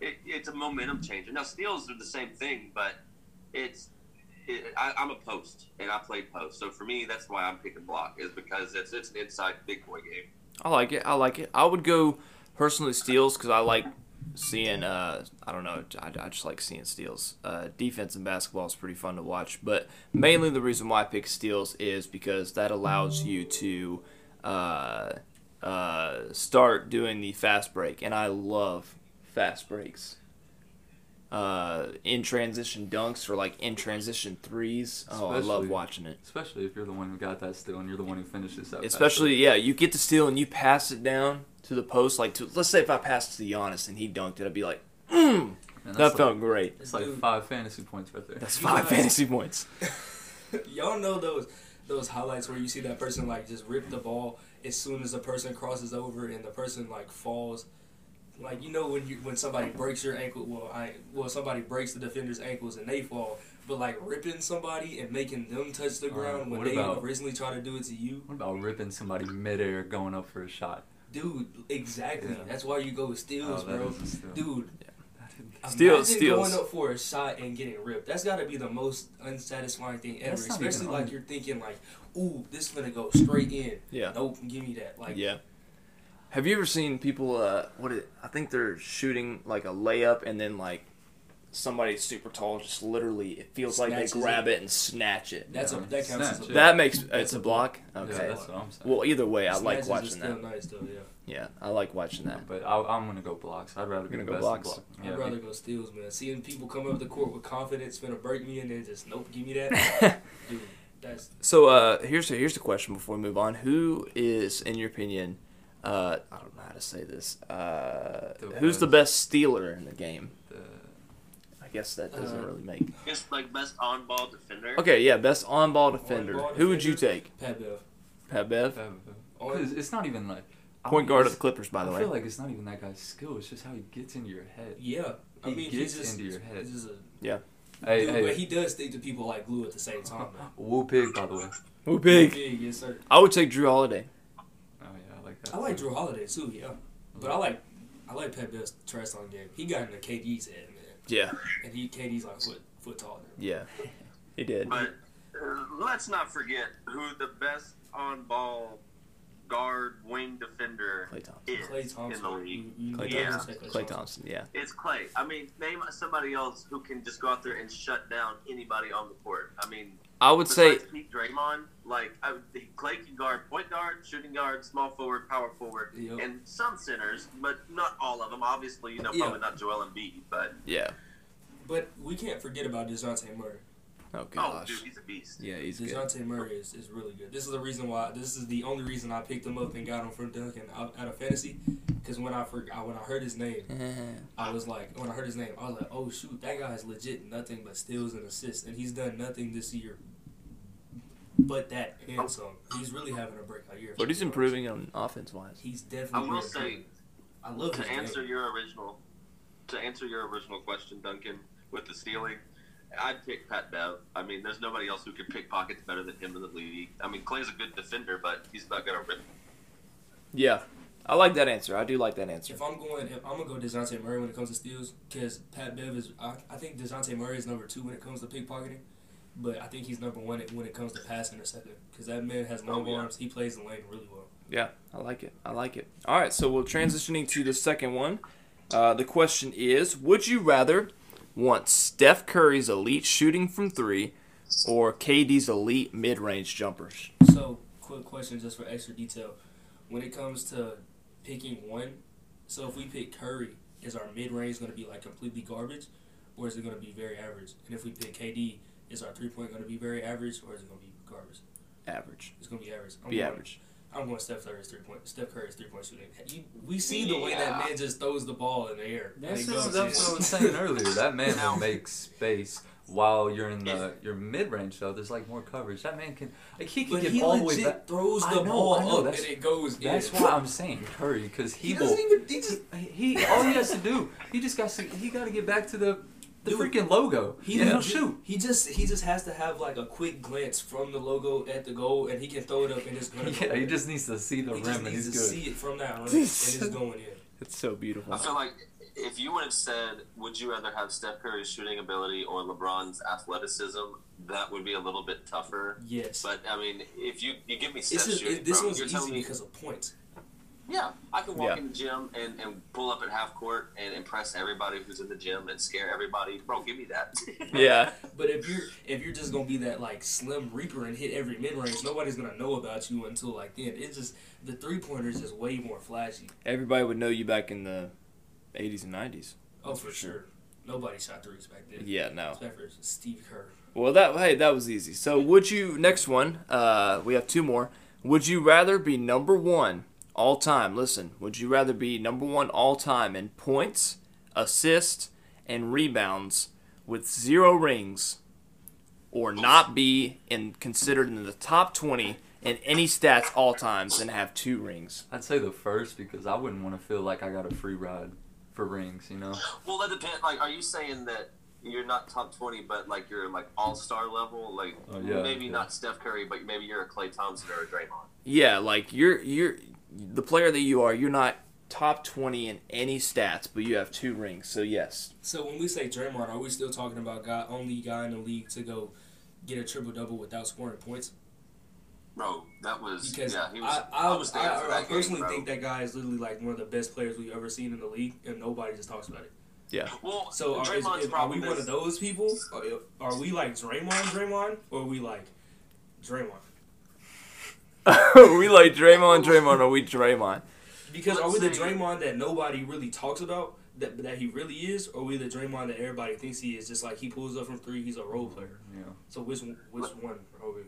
[SPEAKER 3] it, it's a momentum changer. Now steals are the same thing, but it's it, I, I'm a post, and I play post, so for me, that's why I'm picking block is because it's it's an inside big boy game.
[SPEAKER 2] I like it. I like it. I would go personally steals because I like seeing. Uh, I don't know. I, I just like seeing steals. Uh, defense in basketball is pretty fun to watch, but mainly the reason why I pick steals is because that allows you to uh, uh, start doing the fast break, and I love fast breaks. Uh, in transition dunks or like in transition threes. Oh, I love
[SPEAKER 1] Especially-
[SPEAKER 2] watching it.
[SPEAKER 1] Especially if you're the one who got that steal and you're the one who finishes that. basket.
[SPEAKER 2] Especially, yeah, you get the steal and you pass it down to the post. Like, to, let's say if I passed it to Giannis and he dunked it, I'd be like, mm,
[SPEAKER 1] Man,
[SPEAKER 2] that
[SPEAKER 1] that's
[SPEAKER 2] felt
[SPEAKER 1] Like,
[SPEAKER 2] great.
[SPEAKER 1] that's like
[SPEAKER 4] Dude.
[SPEAKER 1] five fantasy points right there.
[SPEAKER 2] That's (laughs)
[SPEAKER 4] You
[SPEAKER 2] five
[SPEAKER 4] guys-
[SPEAKER 2] fantasy points.
[SPEAKER 4] Y'all know those those highlights where you see that person like just rip the ball as soon as the person crosses over and the person like falls. Like you know when you when somebody breaks your ankle, well I well somebody breaks the defender's ankles and they fall, but like ripping somebody and making them touch the
[SPEAKER 1] Uh,
[SPEAKER 4] ground when
[SPEAKER 1] what
[SPEAKER 4] they
[SPEAKER 1] about-
[SPEAKER 4] originally try to do it to you,
[SPEAKER 1] What about ripping somebody midair going up for a shot?
[SPEAKER 4] dude. Exactly.
[SPEAKER 1] Yeah.
[SPEAKER 4] That's why you go with steals,
[SPEAKER 1] Oh, that
[SPEAKER 4] bro.
[SPEAKER 1] is a steal.
[SPEAKER 4] Dude,
[SPEAKER 2] Steals,
[SPEAKER 4] Imagine
[SPEAKER 2] steals.
[SPEAKER 4] going up for a shot and getting ripped. That's got to be the most unsatisfying thing ever.
[SPEAKER 1] That's not even
[SPEAKER 4] Especially like
[SPEAKER 1] on-
[SPEAKER 4] you're thinking like, "Ooh, this gonna go straight in."
[SPEAKER 2] Yeah.
[SPEAKER 4] Nope, give me that. Like,
[SPEAKER 2] Yeah. Have you ever seen people, uh, what it, I think they're shooting like a layup and then like somebody super tall just literally, it feels like
[SPEAKER 4] Snatches
[SPEAKER 2] they grab it. and snatch it.
[SPEAKER 4] that's a
[SPEAKER 1] Yeah.
[SPEAKER 4] that counts as
[SPEAKER 1] Snatch
[SPEAKER 4] a
[SPEAKER 1] it.
[SPEAKER 2] that makes it's
[SPEAKER 4] That's
[SPEAKER 2] a
[SPEAKER 4] a
[SPEAKER 2] block.
[SPEAKER 1] Yeah,
[SPEAKER 2] Okay.
[SPEAKER 1] that's what I'm saying.
[SPEAKER 2] well, either way, I like
[SPEAKER 4] Snatches is
[SPEAKER 2] watching
[SPEAKER 4] still
[SPEAKER 2] that.
[SPEAKER 4] Nice though, yeah.
[SPEAKER 2] Yeah, I like watching that.
[SPEAKER 1] But I, I'm gonna go blocks. I'd rather be
[SPEAKER 2] You're
[SPEAKER 1] the
[SPEAKER 2] gonna
[SPEAKER 1] best
[SPEAKER 2] go
[SPEAKER 1] in
[SPEAKER 2] blocks?
[SPEAKER 1] block.
[SPEAKER 4] I'd rather go steals, man. Seeing people come up the court with confidence, finna break me, and then just nope, give
[SPEAKER 1] (laughs)
[SPEAKER 4] me that. Dude, that's
[SPEAKER 2] So uh, here's the, here's the question before we move on. Who is, in your opinion, uh, I don't know how to say this. Uh,
[SPEAKER 1] The
[SPEAKER 2] who's the best stealer in the game?
[SPEAKER 1] The-
[SPEAKER 2] I guess that doesn't
[SPEAKER 4] Uh,
[SPEAKER 2] really make.
[SPEAKER 3] Just like best on ball defender.
[SPEAKER 2] Okay, yeah, best on-ball defender.
[SPEAKER 4] On-ball
[SPEAKER 2] Who would you
[SPEAKER 4] defender?
[SPEAKER 2] take?
[SPEAKER 4] Pat Bev.
[SPEAKER 2] Pat Bev,
[SPEAKER 1] Because uh, it's not even like Uh, I
[SPEAKER 2] point
[SPEAKER 1] don't
[SPEAKER 2] guard
[SPEAKER 1] even-
[SPEAKER 2] of the Clippers, by the
[SPEAKER 1] I
[SPEAKER 2] way.
[SPEAKER 1] feel like it's not even that guy's skill. It's just how he gets into your head.
[SPEAKER 4] Yeah, I
[SPEAKER 1] He
[SPEAKER 4] mean,
[SPEAKER 1] gets
[SPEAKER 4] he's just,
[SPEAKER 1] into your head.
[SPEAKER 4] he's just a-
[SPEAKER 1] Hey,
[SPEAKER 4] dude,
[SPEAKER 1] hey,
[SPEAKER 4] but he does stick to people like glue at the same time. Man.
[SPEAKER 1] Woo pig, by the way.
[SPEAKER 2] Who big?
[SPEAKER 4] Big, yes sir.
[SPEAKER 2] I would take Drew Holiday.
[SPEAKER 1] Oh yeah, I like that.
[SPEAKER 4] I like Drew Holiday too, yeah. But
[SPEAKER 2] Mm-hmm.
[SPEAKER 4] I like I like Pat Bell's trash talking game. He got into KD's head, man,
[SPEAKER 2] Yeah,
[SPEAKER 4] and he KD's like foot foot taller.
[SPEAKER 2] yeah, he did.
[SPEAKER 3] But uh, let's not forget who the best on ball guard wing defender
[SPEAKER 2] Klay Thompson.
[SPEAKER 3] is
[SPEAKER 4] Clay
[SPEAKER 3] in the
[SPEAKER 4] Thompson,
[SPEAKER 3] league.
[SPEAKER 4] You- you
[SPEAKER 2] Klay
[SPEAKER 4] never
[SPEAKER 3] Thompson.
[SPEAKER 4] say
[SPEAKER 2] Clay Thompson. Yeah,
[SPEAKER 3] It's Clay. I mean, name somebody else who can just go out there and shut down anybody on the court. I mean,
[SPEAKER 2] I would say
[SPEAKER 3] besides Pete Draymond, like I would, think Clay can guard point guard, shooting guard, small forward, power forward,
[SPEAKER 4] Yep.
[SPEAKER 3] and some centers, but not all of them. Obviously, you know,
[SPEAKER 4] Yeah.
[SPEAKER 3] probably not Joel Embiid, but
[SPEAKER 2] yeah.
[SPEAKER 4] but we can't forget about Dejounte Murray.
[SPEAKER 2] Oh
[SPEAKER 3] Oh,
[SPEAKER 2] gosh.
[SPEAKER 3] dude, he's a beast.
[SPEAKER 2] yeah, he's good.
[SPEAKER 4] Dejounte Murray is, is really good. This is the reason why. This is the only reason I picked him up and got him from Duncan out, out of fantasy. Because when I, for, I when I heard his name, I was like, when I heard his name, I was like, oh shoot, that guy's legit nothing but steals and assists, and he's done nothing this year. But that and some. He's really having a breakout year.
[SPEAKER 2] (laughs) but he's improving on offense wise.
[SPEAKER 4] He's
[SPEAKER 3] I
[SPEAKER 4] definitely.
[SPEAKER 3] will
[SPEAKER 4] improving.
[SPEAKER 3] say
[SPEAKER 4] I love his
[SPEAKER 3] to answer
[SPEAKER 4] game.
[SPEAKER 3] your original to answer your original question, Duncan, with the stealing, I'd pick Pat Bev. I mean, there's nobody else who could pick pockets better than him in the league. I mean, Clay's a good defender, but he's not gonna rip.
[SPEAKER 2] Yeah, I like that answer. I do like that answer.
[SPEAKER 4] If I'm going, if I'm gonna go Dejounte Murray when it comes to steals, because Pat Bev is, I, I think Dejounte Murray is number two when it comes to pickpocketing, but I think he's number one when it comes to pass intercepting, because that man has long
[SPEAKER 3] Oh, yeah.
[SPEAKER 4] arms. He plays the lane really well.
[SPEAKER 2] Yeah, I like it. I like it. All right, so we're transitioning to the second one. Uh, the question is Would you rather want Steph Curry's elite shooting from three or KD's elite mid range jumpers?
[SPEAKER 4] So, quick question just for extra detail, when it comes to picking one, so if we pick Curry, is our mid range gonna be like completely garbage, or is it gonna be very average? And if we pick KD, is our three point gonna be very average, or is it gonna be garbage?
[SPEAKER 2] Average.
[SPEAKER 4] It's gonna be average. I'm
[SPEAKER 2] Be
[SPEAKER 4] going-
[SPEAKER 2] average.
[SPEAKER 4] I'm going Steph Curry's three point. Steph Curry's three point shooting. You, we see the way that
[SPEAKER 3] Yeah.
[SPEAKER 4] man just throws the ball in the air. and
[SPEAKER 1] That's,
[SPEAKER 4] it
[SPEAKER 1] just-
[SPEAKER 4] goes
[SPEAKER 1] that's
[SPEAKER 4] in.
[SPEAKER 1] what I was saying earlier. That man will make space while you're in the your mid range though. There's like more coverage. That man can like he can
[SPEAKER 4] But
[SPEAKER 1] get
[SPEAKER 4] he
[SPEAKER 1] all the way
[SPEAKER 4] legit
[SPEAKER 1] back.
[SPEAKER 4] throws
[SPEAKER 1] I
[SPEAKER 4] the
[SPEAKER 1] know,
[SPEAKER 4] ball
[SPEAKER 1] I know,
[SPEAKER 4] up
[SPEAKER 1] that's-
[SPEAKER 4] and it goes
[SPEAKER 1] That's
[SPEAKER 4] in.
[SPEAKER 1] why
[SPEAKER 4] (laughs)
[SPEAKER 1] I'm saying Curry because he,
[SPEAKER 4] he
[SPEAKER 1] will.
[SPEAKER 4] doesn't even. He just.
[SPEAKER 1] He all he has to do he just got to he got to get back to the the
[SPEAKER 4] Dude,
[SPEAKER 1] freaking logo.
[SPEAKER 4] He
[SPEAKER 1] and he'll
[SPEAKER 4] legit-
[SPEAKER 1] shoot.
[SPEAKER 4] He just. He just has to have like a quick glance from the logo at the goal, and he can throw it up and it's gonna. go
[SPEAKER 1] (laughs) Yeah, he
[SPEAKER 4] in.
[SPEAKER 1] just needs to see the
[SPEAKER 4] He just
[SPEAKER 1] rim and
[SPEAKER 4] needs
[SPEAKER 1] he's
[SPEAKER 4] to
[SPEAKER 1] good.
[SPEAKER 4] see it from that rim, and it's going in.
[SPEAKER 2] It's so beautiful. (laughs)
[SPEAKER 3] I feel like if you would have said, "Would you rather have Steph Curry's shooting ability or LeBron's athleticism?" That would be a little bit tougher.
[SPEAKER 4] Yes.
[SPEAKER 3] But I mean, if you you give me Steph
[SPEAKER 4] This is.
[SPEAKER 3] shooting,
[SPEAKER 4] It, this
[SPEAKER 3] bro,
[SPEAKER 4] one's
[SPEAKER 3] you're
[SPEAKER 4] easy
[SPEAKER 3] telling me
[SPEAKER 4] because of points.
[SPEAKER 3] Yeah, I can walk
[SPEAKER 2] Yeah.
[SPEAKER 3] in the gym and, and pull up at half court and impress everybody who's in the gym and scare everybody. Bro, give me that.
[SPEAKER 2] (laughs) yeah.
[SPEAKER 4] But if you're if you're just gonna be that like slim reaper and hit every mid range, nobody's gonna know about you until like then. It's just the three pointer is just way more flashy.
[SPEAKER 2] Everybody would know you back in the 80s and 90s.
[SPEAKER 4] Oh, for sure. Nobody shot threes back then.
[SPEAKER 2] Yeah, no.
[SPEAKER 4] Except for Steve Kerr.
[SPEAKER 2] Well, that hey, that was easy. So, would you next one? Uh, we have two more. Would you rather be number one all time? Listen, would you rather be number one all time in points, assists, and rebounds with zero rings, or not be in considered in the top twenty in any stats all times and have two rings?
[SPEAKER 1] I'd say the first because I wouldn't want to feel like I got a free ride for rings, you know.
[SPEAKER 3] well, that depends. Like, are you saying that you're not top 20, but like you're like all star level? Like,
[SPEAKER 1] Oh, yeah,
[SPEAKER 3] maybe
[SPEAKER 1] yeah.
[SPEAKER 3] not Steph Curry, but maybe you're a Clay Thompson or a Draymond.
[SPEAKER 2] Yeah, like you're you're the player that you are. You're not top twenty in any stats, but you have two rings. So yes,
[SPEAKER 4] So when we say Draymond, are we still talking about guy only guy in the league to go get a triple double without scoring points?
[SPEAKER 3] Bro, that was.
[SPEAKER 4] Because
[SPEAKER 3] yeah, he was.
[SPEAKER 4] I, I, I,
[SPEAKER 3] was there for
[SPEAKER 4] I,
[SPEAKER 3] that game,
[SPEAKER 4] personally
[SPEAKER 3] bro.
[SPEAKER 4] think that guy is literally like one of the best players we've ever seen in the league, and nobody just talks about it.
[SPEAKER 3] Well,
[SPEAKER 4] So are, is,
[SPEAKER 3] Draymond's
[SPEAKER 4] if- are we
[SPEAKER 3] problem
[SPEAKER 4] one of
[SPEAKER 3] is-
[SPEAKER 4] those people? Are, are we like Draymond, Draymond, or are we like Draymond?
[SPEAKER 2] are (laughs) we like Draymond, Draymond, or we Draymond?
[SPEAKER 4] Because are we
[SPEAKER 3] Let's
[SPEAKER 4] the
[SPEAKER 3] say-
[SPEAKER 4] Draymond that nobody really talks about that that he really is, or are we the Draymond that everybody thinks he is? Just like he pulls up from three, he's a role player.
[SPEAKER 1] Yeah.
[SPEAKER 4] So which one- which one are we?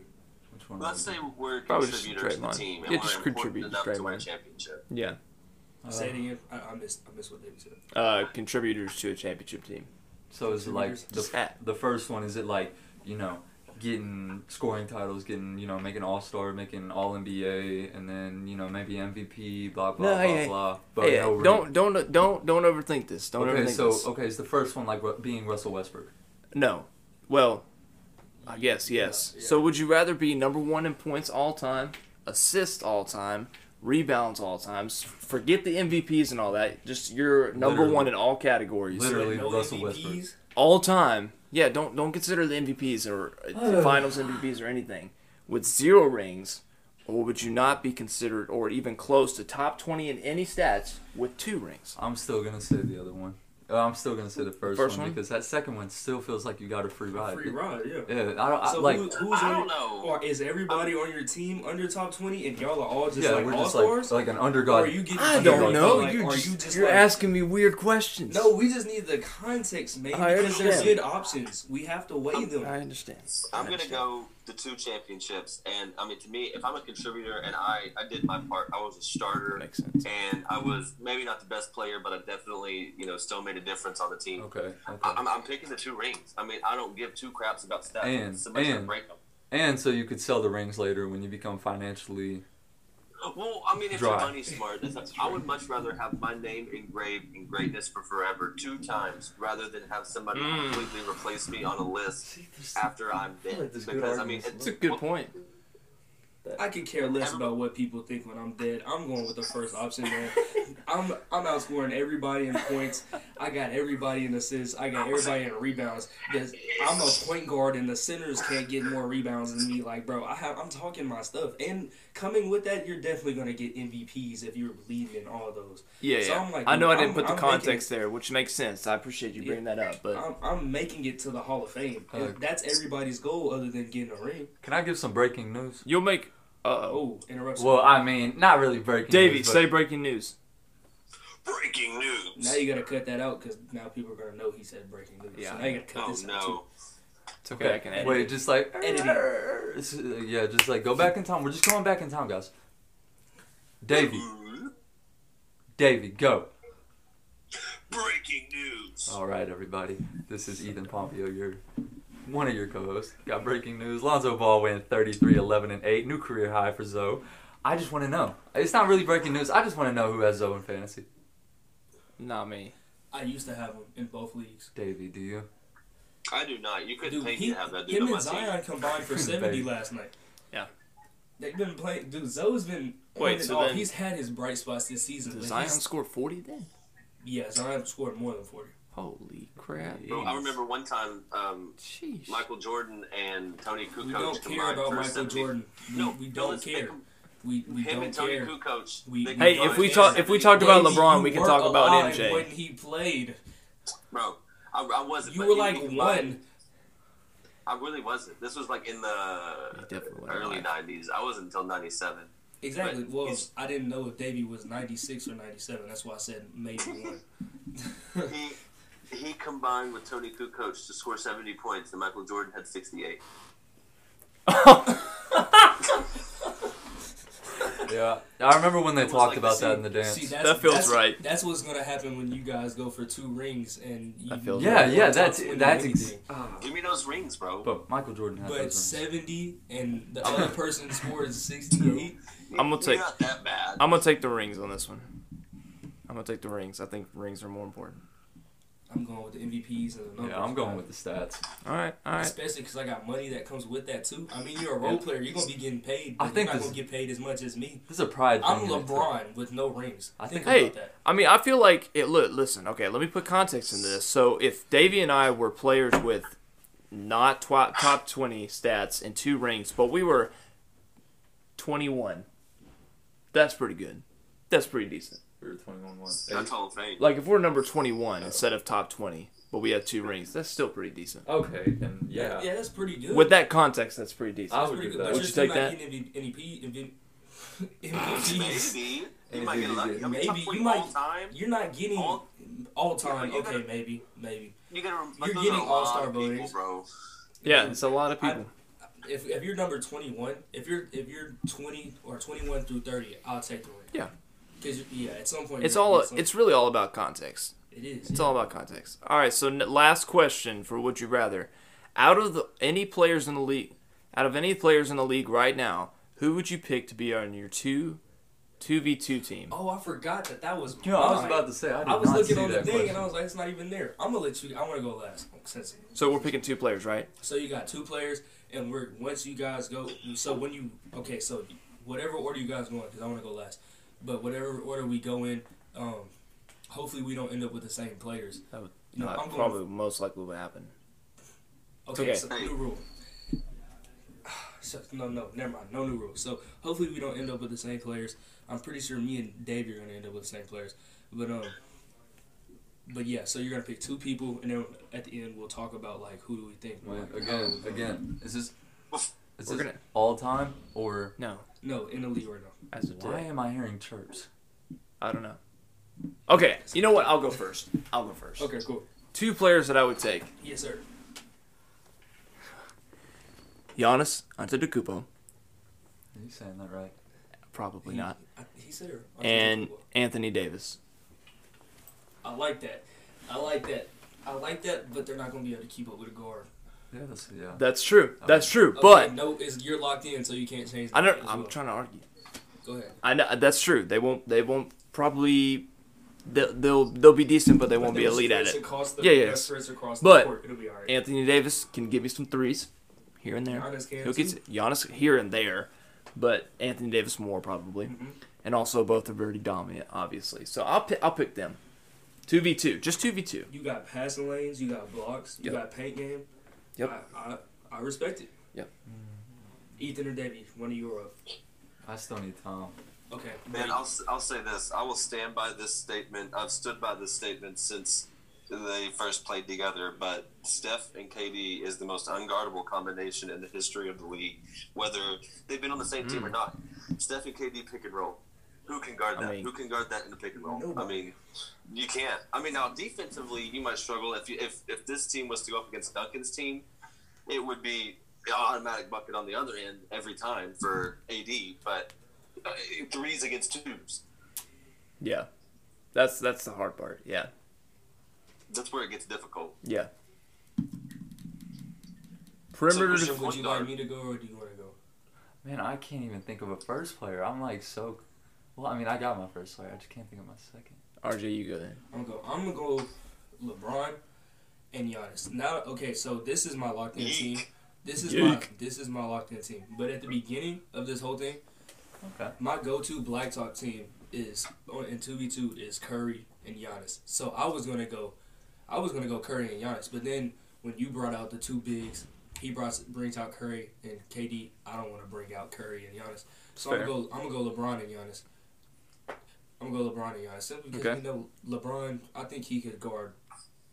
[SPEAKER 1] Which one?
[SPEAKER 3] Let's
[SPEAKER 1] would
[SPEAKER 3] say we're
[SPEAKER 2] Probably just
[SPEAKER 3] contributors to the
[SPEAKER 2] Draymond.
[SPEAKER 3] team and
[SPEAKER 2] Yeah,
[SPEAKER 3] we're
[SPEAKER 2] just
[SPEAKER 3] important
[SPEAKER 2] contribute to
[SPEAKER 3] enough to win a
[SPEAKER 2] Draymond.
[SPEAKER 3] championship.
[SPEAKER 2] Yeah.
[SPEAKER 1] you-
[SPEAKER 4] Say
[SPEAKER 2] Um,
[SPEAKER 4] it
[SPEAKER 1] Uh,
[SPEAKER 4] again. I, I missed I missed what David said.
[SPEAKER 2] Uh, contributors to a championship team.
[SPEAKER 1] so is it like the
[SPEAKER 2] Just at.
[SPEAKER 1] the first one? Is it like you know getting scoring titles, getting you know making All Star, making All NBA, and then you know maybe MVP, blah blah
[SPEAKER 2] No,
[SPEAKER 1] blah
[SPEAKER 2] hey, hey.
[SPEAKER 1] blah.
[SPEAKER 2] Hey,
[SPEAKER 1] no ring.
[SPEAKER 2] don't don't don't don't overthink this. Don't
[SPEAKER 1] okay,
[SPEAKER 2] overthink
[SPEAKER 1] so
[SPEAKER 2] this.
[SPEAKER 1] okay, it's the first one like Ru- being Russell Westbrook.
[SPEAKER 2] No. Well, I guess yes.
[SPEAKER 4] Yeah, yeah.
[SPEAKER 2] So would you rather be number one in points all time, assists all time, rebounds all time? s- Forget the MVPs and all that. Just you're number
[SPEAKER 1] Literally.
[SPEAKER 2] one in all categories,
[SPEAKER 1] Literally.
[SPEAKER 4] Like,
[SPEAKER 1] Russell Westbrook.
[SPEAKER 4] MVPs?
[SPEAKER 2] all time. Yeah. Don't don't consider the MVPs or uh, Finals MVPs or anything. With zero rings, or would you not be considered or even close to top twenty in any stats with two rings?
[SPEAKER 1] I'm still gonna say the other one. Oh, I'm still gonna say the first,
[SPEAKER 2] first
[SPEAKER 1] one,
[SPEAKER 2] one?
[SPEAKER 1] because that second one still feels like you got a free ride.
[SPEAKER 4] Free ride, yeah.
[SPEAKER 1] Yeah, I don't I,
[SPEAKER 4] So
[SPEAKER 1] like.
[SPEAKER 4] who, who's
[SPEAKER 3] I
[SPEAKER 4] on
[SPEAKER 3] don't
[SPEAKER 4] your-
[SPEAKER 3] know.
[SPEAKER 4] Or is everybody on your team under top twenty, and y'all are all just
[SPEAKER 1] yeah,
[SPEAKER 4] like
[SPEAKER 1] we're
[SPEAKER 4] all
[SPEAKER 1] just
[SPEAKER 4] stars?
[SPEAKER 1] like, like an underdog.
[SPEAKER 4] or are you getting?
[SPEAKER 2] I
[SPEAKER 4] geared
[SPEAKER 2] don't
[SPEAKER 4] up,
[SPEAKER 2] know.
[SPEAKER 4] Like,
[SPEAKER 2] you're
[SPEAKER 4] are
[SPEAKER 2] just,
[SPEAKER 4] you just
[SPEAKER 2] you are
[SPEAKER 4] like,
[SPEAKER 2] asking me weird questions.
[SPEAKER 4] No, we just need the context, man.
[SPEAKER 2] I
[SPEAKER 4] Because there's
[SPEAKER 2] understand.
[SPEAKER 4] good options. We have to weigh them.
[SPEAKER 2] I understand. I
[SPEAKER 3] I'm gonna
[SPEAKER 2] understand.
[SPEAKER 3] go the two championships, and I mean, to me, if I'm a contributor and I I did my part, I was a starter,
[SPEAKER 2] Makes sense.
[SPEAKER 3] and I was maybe not the best player, but I definitely you know still made a difference on the team.
[SPEAKER 1] Okay. Okay.
[SPEAKER 3] I, I'm, I'm picking the two rings. I mean, I don't give two craps about stats.
[SPEAKER 1] And-
[SPEAKER 3] Somebody's gonna
[SPEAKER 1] and-
[SPEAKER 3] break them.
[SPEAKER 1] And so you could sell the rings later when you become financially.
[SPEAKER 3] Well, I mean, if
[SPEAKER 1] Dry.
[SPEAKER 3] your money's smart, that's, I would much rather have my name engraved in greatness for forever two times rather than have somebody
[SPEAKER 2] Mm.
[SPEAKER 3] completely replace me on a list after I'm
[SPEAKER 1] feel like
[SPEAKER 3] dead.
[SPEAKER 1] there's good
[SPEAKER 3] Because I mean,
[SPEAKER 1] arguments.
[SPEAKER 2] That's a good point.
[SPEAKER 4] I could care less about what people think when I'm dead. I'm going with the first option,
[SPEAKER 3] (laughs)
[SPEAKER 4] man. I'm I'm outscoring everybody in points. I got everybody in assists. I got everybody in rebounds. There's- I'm a point guard, and the centers can't get more rebounds than me. Like, bro, I have, I'm talking my stuff. And coming with that, you're definitely gonna get MVPs if you're leading in all those.
[SPEAKER 2] Yeah,
[SPEAKER 4] So
[SPEAKER 2] yeah.
[SPEAKER 4] I'm like,
[SPEAKER 2] I know I didn't
[SPEAKER 4] I'm-
[SPEAKER 2] put the
[SPEAKER 4] I'm making-
[SPEAKER 2] context there, which makes sense. I appreciate you bringing that up, but
[SPEAKER 4] I'm, I'm making it to the Hall of Fame. And
[SPEAKER 1] Uh,
[SPEAKER 4] That's everybody's goal, other than getting a ring.
[SPEAKER 1] Can I give some breaking news?
[SPEAKER 2] you'll make. Uh oh.
[SPEAKER 4] Oh, interruption.
[SPEAKER 1] Well, I mean, not really breaking.
[SPEAKER 2] Davey,
[SPEAKER 1] news, but-
[SPEAKER 2] say breaking news.
[SPEAKER 3] breaking news.
[SPEAKER 4] Now you gotta cut that out because now people are gonna know he said breaking news.
[SPEAKER 2] Yeah.
[SPEAKER 4] So now you gotta cut
[SPEAKER 3] Oh
[SPEAKER 4] this out too.
[SPEAKER 3] no.
[SPEAKER 2] It's okay. I can edit.
[SPEAKER 1] Wait,
[SPEAKER 2] it.
[SPEAKER 1] just like
[SPEAKER 4] Editing.
[SPEAKER 1] It's, uh, Yeah, just like go back in time. We're just going back in time, guys. Davey, Davey, go.
[SPEAKER 3] Breaking news.
[SPEAKER 2] Oh.
[SPEAKER 1] All right, everybody. This is Ethan Pompeo, your one of your co-hosts. Got breaking news: Lonzo Ball went 33, 11, and 8, new career high for Zoe. I just want to know. It's not really breaking news. I just want to know who has Zoe in fantasy.
[SPEAKER 2] Not me.
[SPEAKER 4] I used to have him in both leagues.
[SPEAKER 1] Davey, do you?
[SPEAKER 3] I do not. You couldn't
[SPEAKER 4] Dude,
[SPEAKER 3] pay
[SPEAKER 4] he,
[SPEAKER 3] me to have that dude
[SPEAKER 4] him
[SPEAKER 3] on my
[SPEAKER 4] and
[SPEAKER 3] team.
[SPEAKER 4] Zion combined for seventy
[SPEAKER 1] Baby.
[SPEAKER 4] last night.
[SPEAKER 2] Yeah.
[SPEAKER 4] They've been playing. Dude, Zoe's been on
[SPEAKER 2] Wait,
[SPEAKER 4] and
[SPEAKER 2] so
[SPEAKER 4] off.
[SPEAKER 2] then-
[SPEAKER 4] he's had his bright spots this season.
[SPEAKER 2] Did
[SPEAKER 4] but
[SPEAKER 2] Zion
[SPEAKER 4] he's-
[SPEAKER 2] score 40 then?
[SPEAKER 4] Yeah, Zion scored more than forty.
[SPEAKER 2] Holy crap.
[SPEAKER 1] Yeah.
[SPEAKER 3] Bro, I remember one time um,
[SPEAKER 2] Jeez.
[SPEAKER 3] Michael Jordan and Tony Kukoc
[SPEAKER 4] We don't care
[SPEAKER 3] combined
[SPEAKER 4] about
[SPEAKER 3] for
[SPEAKER 4] Michael
[SPEAKER 3] 70.
[SPEAKER 4] Jordan. We,
[SPEAKER 3] No,
[SPEAKER 4] we
[SPEAKER 3] no,
[SPEAKER 4] don't
[SPEAKER 3] let's
[SPEAKER 4] care.
[SPEAKER 3] think of-
[SPEAKER 4] We we
[SPEAKER 3] Him
[SPEAKER 4] don't
[SPEAKER 3] and Tony
[SPEAKER 4] care.
[SPEAKER 3] Kukoc.
[SPEAKER 4] We-
[SPEAKER 3] they
[SPEAKER 2] Hey,
[SPEAKER 3] combined
[SPEAKER 2] if we
[SPEAKER 3] for
[SPEAKER 2] talk if we
[SPEAKER 3] 70.
[SPEAKER 2] talked about
[SPEAKER 4] Baby,
[SPEAKER 2] LeBron,
[SPEAKER 4] you
[SPEAKER 2] we can
[SPEAKER 4] were
[SPEAKER 2] talk about
[SPEAKER 4] alive
[SPEAKER 2] MJ.
[SPEAKER 4] When he played,
[SPEAKER 3] bro, I, I wasn't.
[SPEAKER 4] you
[SPEAKER 3] but
[SPEAKER 4] were
[SPEAKER 3] he-
[SPEAKER 4] like
[SPEAKER 3] he
[SPEAKER 4] one.
[SPEAKER 3] combined. I really wasn't. This was like in the
[SPEAKER 2] definitely wasn't
[SPEAKER 3] early
[SPEAKER 2] alive.
[SPEAKER 3] '90s. I wasn't until '97.
[SPEAKER 4] Exactly.
[SPEAKER 3] But
[SPEAKER 4] Well,
[SPEAKER 3] he's-
[SPEAKER 4] I didn't know if Davey was ninety six or ninety seven. That's why I said maybe one.
[SPEAKER 3] He he combined with Tony Kukoc to score 70 points, and Michael Jordan had 68.
[SPEAKER 1] Yeah, I remember when they
[SPEAKER 3] was
[SPEAKER 1] talked
[SPEAKER 3] like
[SPEAKER 1] about
[SPEAKER 3] the
[SPEAKER 1] that in
[SPEAKER 3] same-
[SPEAKER 1] the dance.
[SPEAKER 4] See, that's,
[SPEAKER 2] That feels
[SPEAKER 4] that's-
[SPEAKER 2] right.
[SPEAKER 4] That's what's gonna happen when you guys go for two rings and you,
[SPEAKER 2] That feels
[SPEAKER 4] you
[SPEAKER 1] yeah,
[SPEAKER 4] don't
[SPEAKER 1] yeah,
[SPEAKER 4] want
[SPEAKER 1] that's
[SPEAKER 4] top 20
[SPEAKER 1] that's
[SPEAKER 4] or
[SPEAKER 1] ex- Ah.
[SPEAKER 4] anything.
[SPEAKER 3] Give me those rings, bro.
[SPEAKER 1] But Michael Jordan had
[SPEAKER 4] But
[SPEAKER 1] those rings.
[SPEAKER 4] seventy and
[SPEAKER 1] (laughs)
[SPEAKER 4] the other person scores sixty eight.
[SPEAKER 2] I'm gonna take-
[SPEAKER 3] You're not that bad.
[SPEAKER 2] I'm going to take the rings on this one. I'm going to take the rings. I think rings are more important.
[SPEAKER 4] I'm going with the MVPs and the numbers. uh,
[SPEAKER 1] Yeah, I'm going with the stats.
[SPEAKER 2] All right. All right.
[SPEAKER 4] Especially because I got money that comes with that too. I mean, you're a role
[SPEAKER 1] Yeah.
[SPEAKER 4] player. You're gonna be getting paid.
[SPEAKER 1] I
[SPEAKER 4] But
[SPEAKER 1] think
[SPEAKER 4] you're not
[SPEAKER 1] this-
[SPEAKER 4] gonna get paid as much as me.
[SPEAKER 1] This is a pride.
[SPEAKER 4] I'm
[SPEAKER 1] thing, isn't it?
[SPEAKER 4] LeBron with no rings.
[SPEAKER 1] I
[SPEAKER 4] think,
[SPEAKER 2] Hey,
[SPEAKER 4] about that.
[SPEAKER 2] I mean, I feel like it. Look, listen. Okay, let me put context into this. So, if Davey and I were players with not twi- top twenty stats and two rings, but we were twenty-one, that's pretty good. That's pretty decent.
[SPEAKER 1] We were 21 once.
[SPEAKER 3] That's Hall of Fame.
[SPEAKER 2] Like if we're number twenty-one instead of top twenty, but we have two rings, that's still pretty decent.
[SPEAKER 1] Okay, and yeah.
[SPEAKER 4] yeah, that's pretty good.
[SPEAKER 2] With that context, that's pretty decent.
[SPEAKER 1] I
[SPEAKER 4] that's
[SPEAKER 1] would
[SPEAKER 4] pretty
[SPEAKER 1] give
[SPEAKER 4] good.
[SPEAKER 1] that.
[SPEAKER 4] But
[SPEAKER 2] Would
[SPEAKER 4] you're
[SPEAKER 2] you
[SPEAKER 4] still
[SPEAKER 2] take
[SPEAKER 4] not
[SPEAKER 2] that?
[SPEAKER 4] getting MVP, MVP,
[SPEAKER 1] (laughs)
[SPEAKER 4] (laughs) MVPs.
[SPEAKER 3] Maybe. You
[SPEAKER 1] And
[SPEAKER 3] might get
[SPEAKER 1] maybe
[SPEAKER 3] lucky. I mean,
[SPEAKER 4] Maybe
[SPEAKER 3] top
[SPEAKER 4] you
[SPEAKER 3] 20 all
[SPEAKER 4] might.
[SPEAKER 3] time.
[SPEAKER 4] You're not getting all,
[SPEAKER 3] All-
[SPEAKER 4] time.
[SPEAKER 3] Yeah, you
[SPEAKER 4] okay,
[SPEAKER 3] gotta-
[SPEAKER 4] maybe, maybe.
[SPEAKER 3] You gotta remember,
[SPEAKER 4] You're
[SPEAKER 3] those
[SPEAKER 4] getting
[SPEAKER 3] are a lot
[SPEAKER 4] all-star
[SPEAKER 3] of people,
[SPEAKER 4] voters.
[SPEAKER 3] bro.
[SPEAKER 2] Yeah, it's a lot of
[SPEAKER 4] I-
[SPEAKER 2] people.
[SPEAKER 4] If, if you're number 21, if you're if you're 20 or 21 through 30, I'll take the ring.
[SPEAKER 2] Yeah.
[SPEAKER 4] Because yeah, at some point
[SPEAKER 2] It's
[SPEAKER 4] you're
[SPEAKER 2] all.
[SPEAKER 4] gonna get
[SPEAKER 2] It's really all about context.
[SPEAKER 4] some- it is.
[SPEAKER 2] It's
[SPEAKER 4] yeah.
[SPEAKER 2] all about context. All right, so n- last question for would you rather? Out of the any players in the league, out of any players in the league right now, who would you pick to be on your two, two v two team?
[SPEAKER 4] Oh, I forgot that that was.
[SPEAKER 1] You know, I was
[SPEAKER 4] mine.
[SPEAKER 1] about to say I did
[SPEAKER 4] I was
[SPEAKER 1] not
[SPEAKER 4] looking
[SPEAKER 1] see
[SPEAKER 4] on the
[SPEAKER 1] that
[SPEAKER 4] thing and
[SPEAKER 1] question.
[SPEAKER 4] I was like, it's not even there. I'm gonna let you. I want to go last. Since
[SPEAKER 2] So we're picking two players, right?
[SPEAKER 4] So you got two players, and we're once you guys go. So when you okay, so whatever order you guys want, because I want to go last. But whatever order we go in, um, hopefully we don't end up with the same players.
[SPEAKER 2] That would
[SPEAKER 4] No,
[SPEAKER 2] uh,
[SPEAKER 4] I'm going
[SPEAKER 2] probably most likely would happen.
[SPEAKER 4] Okay,
[SPEAKER 2] Okay.
[SPEAKER 4] so new rule. So, no, no, never mind. No new rule. So hopefully we don't end up with the same players. I'm pretty sure me and Dave are gonna end up with the same players. But um, But yeah, so you're gonna pick two people, and then at the end we'll talk about like who do we think.
[SPEAKER 1] Wait, again, again. Is this is
[SPEAKER 2] Oh. We're
[SPEAKER 1] this
[SPEAKER 2] gonna-
[SPEAKER 1] all time or
[SPEAKER 2] No,
[SPEAKER 4] No, in the league right now.
[SPEAKER 2] as of
[SPEAKER 1] why
[SPEAKER 2] today.
[SPEAKER 1] am I hearing chirps?
[SPEAKER 2] I don't know. Okay, you know what? I'll go first. I'll go first.
[SPEAKER 4] Okay, cool.
[SPEAKER 2] Two players that I would take:
[SPEAKER 4] Yes, sir.
[SPEAKER 2] Giannis Antetokounmpo,
[SPEAKER 1] Are you saying that right?
[SPEAKER 2] probably not,
[SPEAKER 4] I, he said her.
[SPEAKER 2] and Anthony Davis.
[SPEAKER 4] I like that. I like that. I like that, but they're not gonna be able to keep up with a guard.
[SPEAKER 1] Yeah, that's yeah.
[SPEAKER 2] That's true. That's true.
[SPEAKER 4] Okay,
[SPEAKER 2] But
[SPEAKER 4] no, is you're locked in, so you can't change.
[SPEAKER 2] I don't.
[SPEAKER 4] that as
[SPEAKER 2] I'm
[SPEAKER 4] well.
[SPEAKER 2] trying to argue.
[SPEAKER 4] Go ahead.
[SPEAKER 2] I know that's true. They won't. They won't probably. They'll they'll, they'll be decent, but they won't be elite at it.
[SPEAKER 4] Across the,
[SPEAKER 2] Yeah, yeah.
[SPEAKER 4] they'll stretch across the
[SPEAKER 2] But-
[SPEAKER 4] court. it'll be all right.
[SPEAKER 2] Anthony Davis can give you some threes here and there.
[SPEAKER 4] Giannis can
[SPEAKER 2] He'll get
[SPEAKER 4] too.
[SPEAKER 2] Giannis here and there, but Anthony Davis more probably,
[SPEAKER 4] Mm-hmm.
[SPEAKER 2] and also both are very dominant, obviously. So I'll pick, I'll pick them. Two v two, just two v two.
[SPEAKER 4] You got passing lanes, you got blocks, you
[SPEAKER 2] Yep.
[SPEAKER 4] got paint game.
[SPEAKER 2] Yep.
[SPEAKER 4] I, I, I respect it.
[SPEAKER 2] Yep.
[SPEAKER 4] Ethan or Debbie, one of you are up.
[SPEAKER 1] I still need Tom.
[SPEAKER 4] Okay.
[SPEAKER 3] Man, I'll, s- I'll say this. I will stand by this statement. I've stood by this statement since they first played together. But Steph and KD is the most unguardable combination in the history of the league, whether they've been on the same
[SPEAKER 4] Mm.
[SPEAKER 3] team or not. Steph and KD pick and roll. Who can guard
[SPEAKER 2] I
[SPEAKER 3] that?
[SPEAKER 2] mean-
[SPEAKER 3] Who can guard that in a pick and roll? I mean, you can't. I mean, now defensively, you might struggle if you, if if this team was to go up against Duncan's team, it would be an automatic bucket on the other end every time for AD. But uh, threes against twos.
[SPEAKER 2] Yeah, that's that's the hard part. Yeah,
[SPEAKER 3] That's where it gets difficult.
[SPEAKER 2] yeah. Perimeter.
[SPEAKER 3] So-
[SPEAKER 4] Christian, would you
[SPEAKER 3] Point
[SPEAKER 4] like
[SPEAKER 3] guard.
[SPEAKER 4] me to go or do you want to go?
[SPEAKER 1] Man, I can't even think of a first player. I'm like so. Well, I mean, I got my first player. I just can't think of my second.
[SPEAKER 2] RJ, you go
[SPEAKER 4] (laughs)
[SPEAKER 2] then.
[SPEAKER 4] I'm gonna go. I'm gonna go LeBron and Giannis. Now, okay, so this is my locked in team.
[SPEAKER 3] Yeek.
[SPEAKER 4] This is my
[SPEAKER 2] Yeek.
[SPEAKER 4] this is my locked in team. But at the beginning of this whole thing,
[SPEAKER 1] Okay.
[SPEAKER 4] my go to blacktop team is on in two v two is Curry and Giannis. So I was gonna go, I was gonna go Curry and Giannis. But then when you brought out the two bigs, he brought brings out Curry and KD. I don't want to bring out Curry and Giannis. So
[SPEAKER 2] Fair.
[SPEAKER 4] I'm gonna go. I'm gonna go LeBron and Giannis. I'm gonna go LeBron and Giannis simply because
[SPEAKER 2] Okay.
[SPEAKER 4] you know LeBron. I think he could guard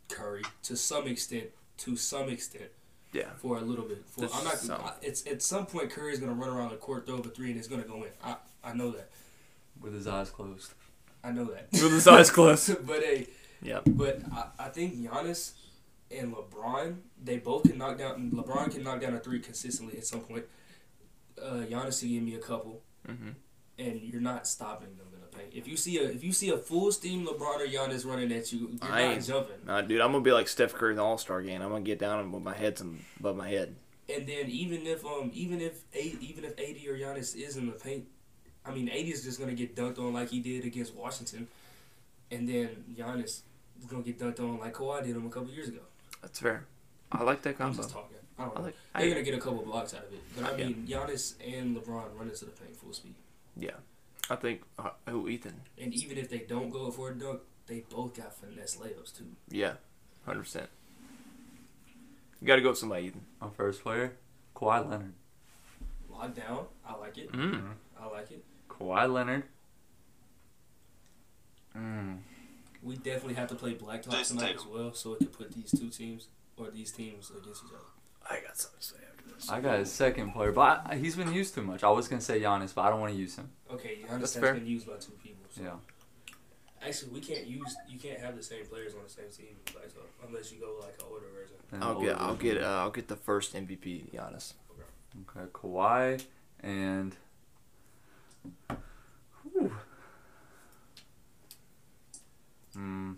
[SPEAKER 4] Curry to some extent. To some extent.
[SPEAKER 2] Yeah.
[SPEAKER 4] For a little bit. For
[SPEAKER 2] To
[SPEAKER 4] I'm not.
[SPEAKER 2] some.
[SPEAKER 4] I, it's at some point Curry's gonna run around the court throw up a three and it's gonna go in. I I know that.
[SPEAKER 1] With his eyes closed.
[SPEAKER 4] I know that.
[SPEAKER 2] With his eyes closed.
[SPEAKER 4] (laughs) but hey,
[SPEAKER 2] Yep.
[SPEAKER 4] but I, I think Giannis and LeBron, they both can knock down. LeBron can knock down a three consistently at some point. Uh, Giannis can give me a couple,
[SPEAKER 2] Mhm.
[SPEAKER 4] and you're not stopping them in the paint. If you see a if you see a full steam LeBron or Giannis running at you, you're
[SPEAKER 2] I
[SPEAKER 4] not
[SPEAKER 2] ain't-
[SPEAKER 4] jumping.
[SPEAKER 2] Nah, dude, I'm gonna be like Steph Curry in the All Star game. I'm gonna get down and with my head's above my head.
[SPEAKER 4] And then even if um even if a even if AD or Giannis is in the paint, I mean AD is just gonna get dunked on like he did against Washington, and then Giannis is gonna get dunked on like Kawhi did him a couple years ago.
[SPEAKER 2] That's fair. I like that
[SPEAKER 4] I'm
[SPEAKER 2] combo.
[SPEAKER 4] just talking. I don't
[SPEAKER 2] I
[SPEAKER 4] know.
[SPEAKER 2] like-
[SPEAKER 4] They're
[SPEAKER 2] I-
[SPEAKER 4] gonna get a couple blocks out of it, but I
[SPEAKER 2] Yeah.
[SPEAKER 4] mean Giannis and LeBron running to the paint full speed,
[SPEAKER 2] Yeah, I think uh, who Ethan.
[SPEAKER 4] and even if they don't go for a dunk, they both got finesse layups too.
[SPEAKER 2] Yeah, hundred percent. You got to go with somebody, Ethan.
[SPEAKER 1] My first player, Kawhi Leonard.
[SPEAKER 4] Lock down. I like it.
[SPEAKER 1] Mm-hmm.
[SPEAKER 2] Mm-hmm.
[SPEAKER 4] I like it.
[SPEAKER 1] Kawhi Leonard. Mm.
[SPEAKER 4] We definitely have to play Blacktop
[SPEAKER 3] Jason
[SPEAKER 4] tonight as
[SPEAKER 3] Tatum.
[SPEAKER 4] well, so it can put these two teams or these teams against each other.
[SPEAKER 2] I got something to say after this.
[SPEAKER 1] I got a second player, but I, he's been used too much. I was gonna say Giannis, but I don't want to use him.
[SPEAKER 4] Okay, Giannis
[SPEAKER 2] That's
[SPEAKER 4] has
[SPEAKER 2] fair.
[SPEAKER 4] been used by two people. So.
[SPEAKER 1] Yeah.
[SPEAKER 4] Actually, we can't use you can't have the same players on the same team in Blacktop unless you go like an older version.
[SPEAKER 1] And
[SPEAKER 2] I'll get.
[SPEAKER 1] older.
[SPEAKER 2] I'll get. Uh, I'll get the first MVP, Giannis.
[SPEAKER 1] Okay, Kawhi and. Whew. Mm,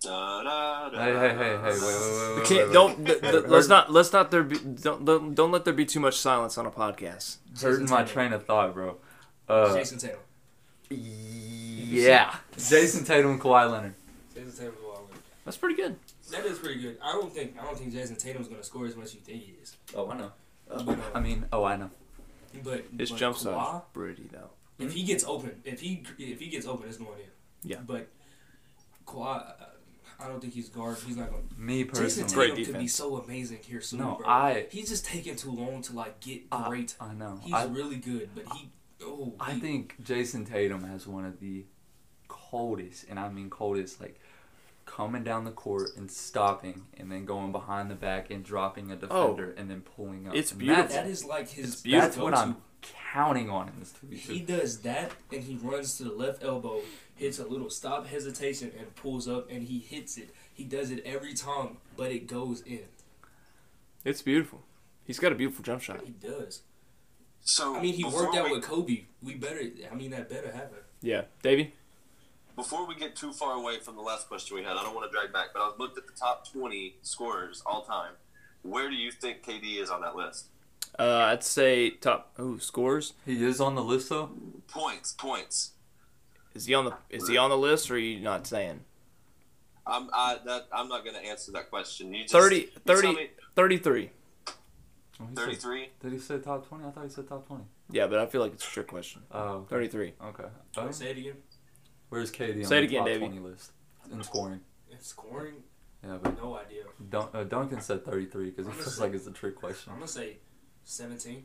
[SPEAKER 3] Da-da-da.
[SPEAKER 1] Hey, hey, hey, hey, wait, wait,
[SPEAKER 2] We
[SPEAKER 1] wait,
[SPEAKER 2] can't.
[SPEAKER 1] wait,
[SPEAKER 2] Don't.
[SPEAKER 1] wait.
[SPEAKER 2] th- th- let's not. Let's not. There be. Don't. Don't don't let there be too much silence on a podcast.
[SPEAKER 1] Hurting my
[SPEAKER 4] Tatum.
[SPEAKER 1] train of thought, bro. Uh,
[SPEAKER 4] Jason Tatum.
[SPEAKER 1] yeah. Jason Tatum and Kawhi Leonard.
[SPEAKER 4] Jason Tatum's all in.
[SPEAKER 2] That's pretty good.
[SPEAKER 4] That is pretty good. I don't think I don't think Jason Tatum's gonna score as much as you think he is.
[SPEAKER 1] Oh, I know.
[SPEAKER 4] But, uh,
[SPEAKER 1] I mean, oh, I know.
[SPEAKER 4] but
[SPEAKER 2] This
[SPEAKER 4] but
[SPEAKER 2] jump
[SPEAKER 4] Kawhi,
[SPEAKER 2] shot's pretty though.
[SPEAKER 4] If he gets open, if he if he gets open, it's going in.
[SPEAKER 2] Yeah.
[SPEAKER 4] But Kawhi, uh, I don't think he's guard. He's not going.
[SPEAKER 1] Me
[SPEAKER 4] to Jason
[SPEAKER 1] personally.
[SPEAKER 2] Great
[SPEAKER 4] Tatum could be
[SPEAKER 2] defense.
[SPEAKER 4] so amazing here soon,
[SPEAKER 1] No,
[SPEAKER 4] bro.
[SPEAKER 1] I-
[SPEAKER 4] He's just taking too long to like get
[SPEAKER 1] I-
[SPEAKER 4] great.
[SPEAKER 1] I know.
[SPEAKER 4] He's
[SPEAKER 1] I,
[SPEAKER 4] really good, but he Oh,
[SPEAKER 1] I
[SPEAKER 4] he-
[SPEAKER 1] think Jason Tatum has one of the coldest, and I mean coldest, like coming down the court and stopping, and then going behind the back and dropping a defender, and then pulling up.
[SPEAKER 2] it's
[SPEAKER 1] And
[SPEAKER 2] beautiful.
[SPEAKER 4] that is like his.
[SPEAKER 2] beautiful.
[SPEAKER 1] That's, that's what I'm counting on in this two v
[SPEAKER 4] He
[SPEAKER 1] two.
[SPEAKER 4] does that, and he runs to the left elbow, hits a little stop hesitation, and pulls up, and he hits it. He does it every time, but it goes in.
[SPEAKER 2] It's beautiful. He's got a beautiful jump shot.
[SPEAKER 4] He does.
[SPEAKER 3] So
[SPEAKER 4] I mean, he
[SPEAKER 3] before
[SPEAKER 4] worked out
[SPEAKER 3] we,
[SPEAKER 4] with Kobe. We better. I mean, that better happen.
[SPEAKER 1] Oh.
[SPEAKER 2] Yeah, Davey.
[SPEAKER 3] Before we get too far away from the last question we had, I don't want to drag back, but I looked at the top 20 scorers all time. Where do you think KD is on that list?
[SPEAKER 2] Uh, I'd say top. Oh, scores.
[SPEAKER 1] He is on the list though.
[SPEAKER 3] Points, points.
[SPEAKER 2] Is he on the? Is he on the list, or are you not saying?
[SPEAKER 3] I'm I, that, I'm not going to answer that question. You just,
[SPEAKER 2] 30
[SPEAKER 3] you tell
[SPEAKER 2] 30
[SPEAKER 3] me
[SPEAKER 2] 33.
[SPEAKER 1] Oh, he said-
[SPEAKER 3] 33.
[SPEAKER 1] Did he say top twenty? I thought he said top twenty.
[SPEAKER 2] Yeah, but I feel like it's a trick question.
[SPEAKER 1] Oh,
[SPEAKER 2] 33.
[SPEAKER 1] okay.
[SPEAKER 4] Can I
[SPEAKER 1] Oh,
[SPEAKER 4] Say it again.
[SPEAKER 1] where's KD on
[SPEAKER 2] Say it
[SPEAKER 1] the
[SPEAKER 2] again,
[SPEAKER 1] top
[SPEAKER 2] Davey.
[SPEAKER 1] twenty list in scoring?
[SPEAKER 4] And scoring,
[SPEAKER 1] Yeah, but
[SPEAKER 4] no idea.
[SPEAKER 1] Dun- uh, Duncan said thirty three because it feels like it's a trick question.
[SPEAKER 4] I'm gonna say 17.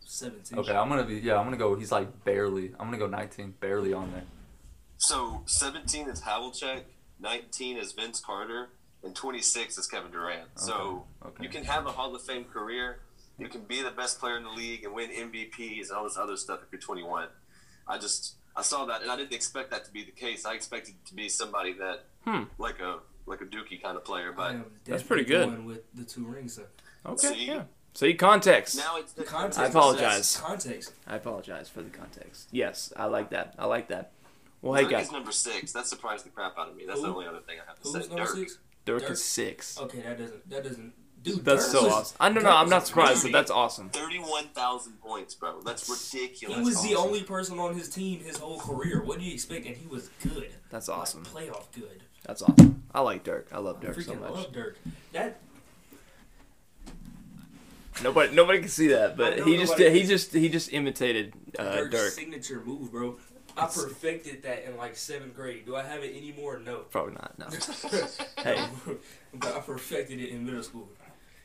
[SPEAKER 4] 17.
[SPEAKER 1] Okay, I'm gonna be yeah. I'm gonna go. He's like barely. I'm gonna go 19, barely on there.
[SPEAKER 3] So 17 is Havlicek, 19 is Vince Carter, and 26 is Kevin Durant. So
[SPEAKER 1] Okay, okay.
[SPEAKER 3] you can have a Hall of Fame career, you can be the best player in the league and win MVPs and all this other stuff if you're 21. I just I saw that and I didn't expect that to be the case. I expected it to be somebody that
[SPEAKER 2] Hmm.
[SPEAKER 3] like a like a Dookie kind of player,
[SPEAKER 4] I
[SPEAKER 3] but
[SPEAKER 4] am
[SPEAKER 2] That's
[SPEAKER 4] definitely
[SPEAKER 2] pretty good.
[SPEAKER 4] Going with the two rings. though.
[SPEAKER 2] Okay.
[SPEAKER 3] See?
[SPEAKER 2] Yeah. See context.
[SPEAKER 3] now it's
[SPEAKER 4] The context.
[SPEAKER 2] I apologize.
[SPEAKER 4] Context.
[SPEAKER 2] I apologize for the context. Yes, I like that. I like that. Well,
[SPEAKER 3] Dirk
[SPEAKER 2] hey guys,
[SPEAKER 3] is number six. That surprised the crap out of me. That's the
[SPEAKER 4] Who?
[SPEAKER 3] only other thing I have to
[SPEAKER 4] Who's
[SPEAKER 3] say.
[SPEAKER 4] number
[SPEAKER 3] Dirk.
[SPEAKER 4] six?
[SPEAKER 2] Dirk,
[SPEAKER 4] Dirk.
[SPEAKER 2] is six.
[SPEAKER 4] Okay, that doesn't. That doesn't. Oh, Dude,
[SPEAKER 2] That's
[SPEAKER 4] Dirk
[SPEAKER 2] so
[SPEAKER 4] was-
[SPEAKER 2] awesome. I don't know.
[SPEAKER 4] Dirk
[SPEAKER 2] I'm
[SPEAKER 4] was
[SPEAKER 2] not surprised, but
[SPEAKER 4] amazing.
[SPEAKER 2] that's awesome.
[SPEAKER 3] 31,000 points, bro. That's ridiculous.
[SPEAKER 4] He was the
[SPEAKER 3] Awesome.
[SPEAKER 4] only person on his team his whole career. What do you expect? And he was good.
[SPEAKER 2] That's awesome.
[SPEAKER 4] Like, playoff good.
[SPEAKER 2] That's awesome. I like Dirk. I love
[SPEAKER 4] I
[SPEAKER 2] Dirk so
[SPEAKER 4] freaking
[SPEAKER 2] much.
[SPEAKER 4] love Dirk. That
[SPEAKER 2] Nobody, nobody can see that,
[SPEAKER 4] I
[SPEAKER 2] but
[SPEAKER 4] know
[SPEAKER 2] he just
[SPEAKER 4] nobody-
[SPEAKER 2] he just he just imitated uh,
[SPEAKER 4] Dirk's
[SPEAKER 2] Dirk.
[SPEAKER 4] signature move, bro. I perfected that in like seventh grade. Do I have it anymore? No. (laughs)
[SPEAKER 2] (laughs) Probably not. No.
[SPEAKER 4] hey. but I perfected it in middle school.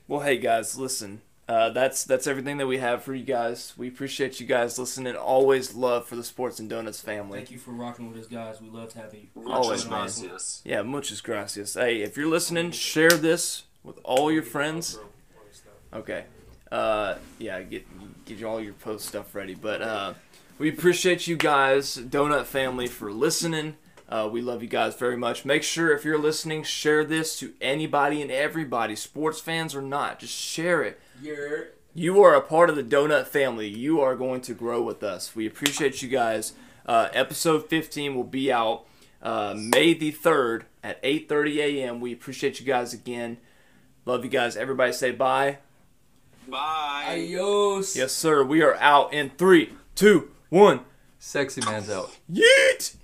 [SPEAKER 2] Well, hey guys, listen. Uh, that's that's everything that we have for you guys. We appreciate you guys listening. Always love for the Sports and Donuts family.
[SPEAKER 4] Thank you for rocking with us, guys. We loved having you.
[SPEAKER 2] Always,
[SPEAKER 3] Muchas
[SPEAKER 2] man.
[SPEAKER 3] gracias.
[SPEAKER 2] Yeah, muchas gracias. Hey, if you're listening, share this with all your friends.
[SPEAKER 4] Bro, all this stuff.
[SPEAKER 2] Okay. Uh, yeah, get get you all your post stuff ready. But uh, we appreciate you guys, Donut Family, for listening. Uh, we love you guys very much. Make sure if you're listening, share this to anybody and everybody, sports fans or not. Just share it.
[SPEAKER 4] You're
[SPEAKER 2] You are a part of the Donut family. You are going to grow with us. We appreciate you guys. Uh, episode 15 will be out uh, May the 3rd at 8:30 a.m. We appreciate you guys again. Love you guys. Everybody say bye.
[SPEAKER 3] Bye.
[SPEAKER 4] adios.
[SPEAKER 2] Yes, sir. We are out in three, two, one.
[SPEAKER 1] Sexy man's out.
[SPEAKER 2] Yeet!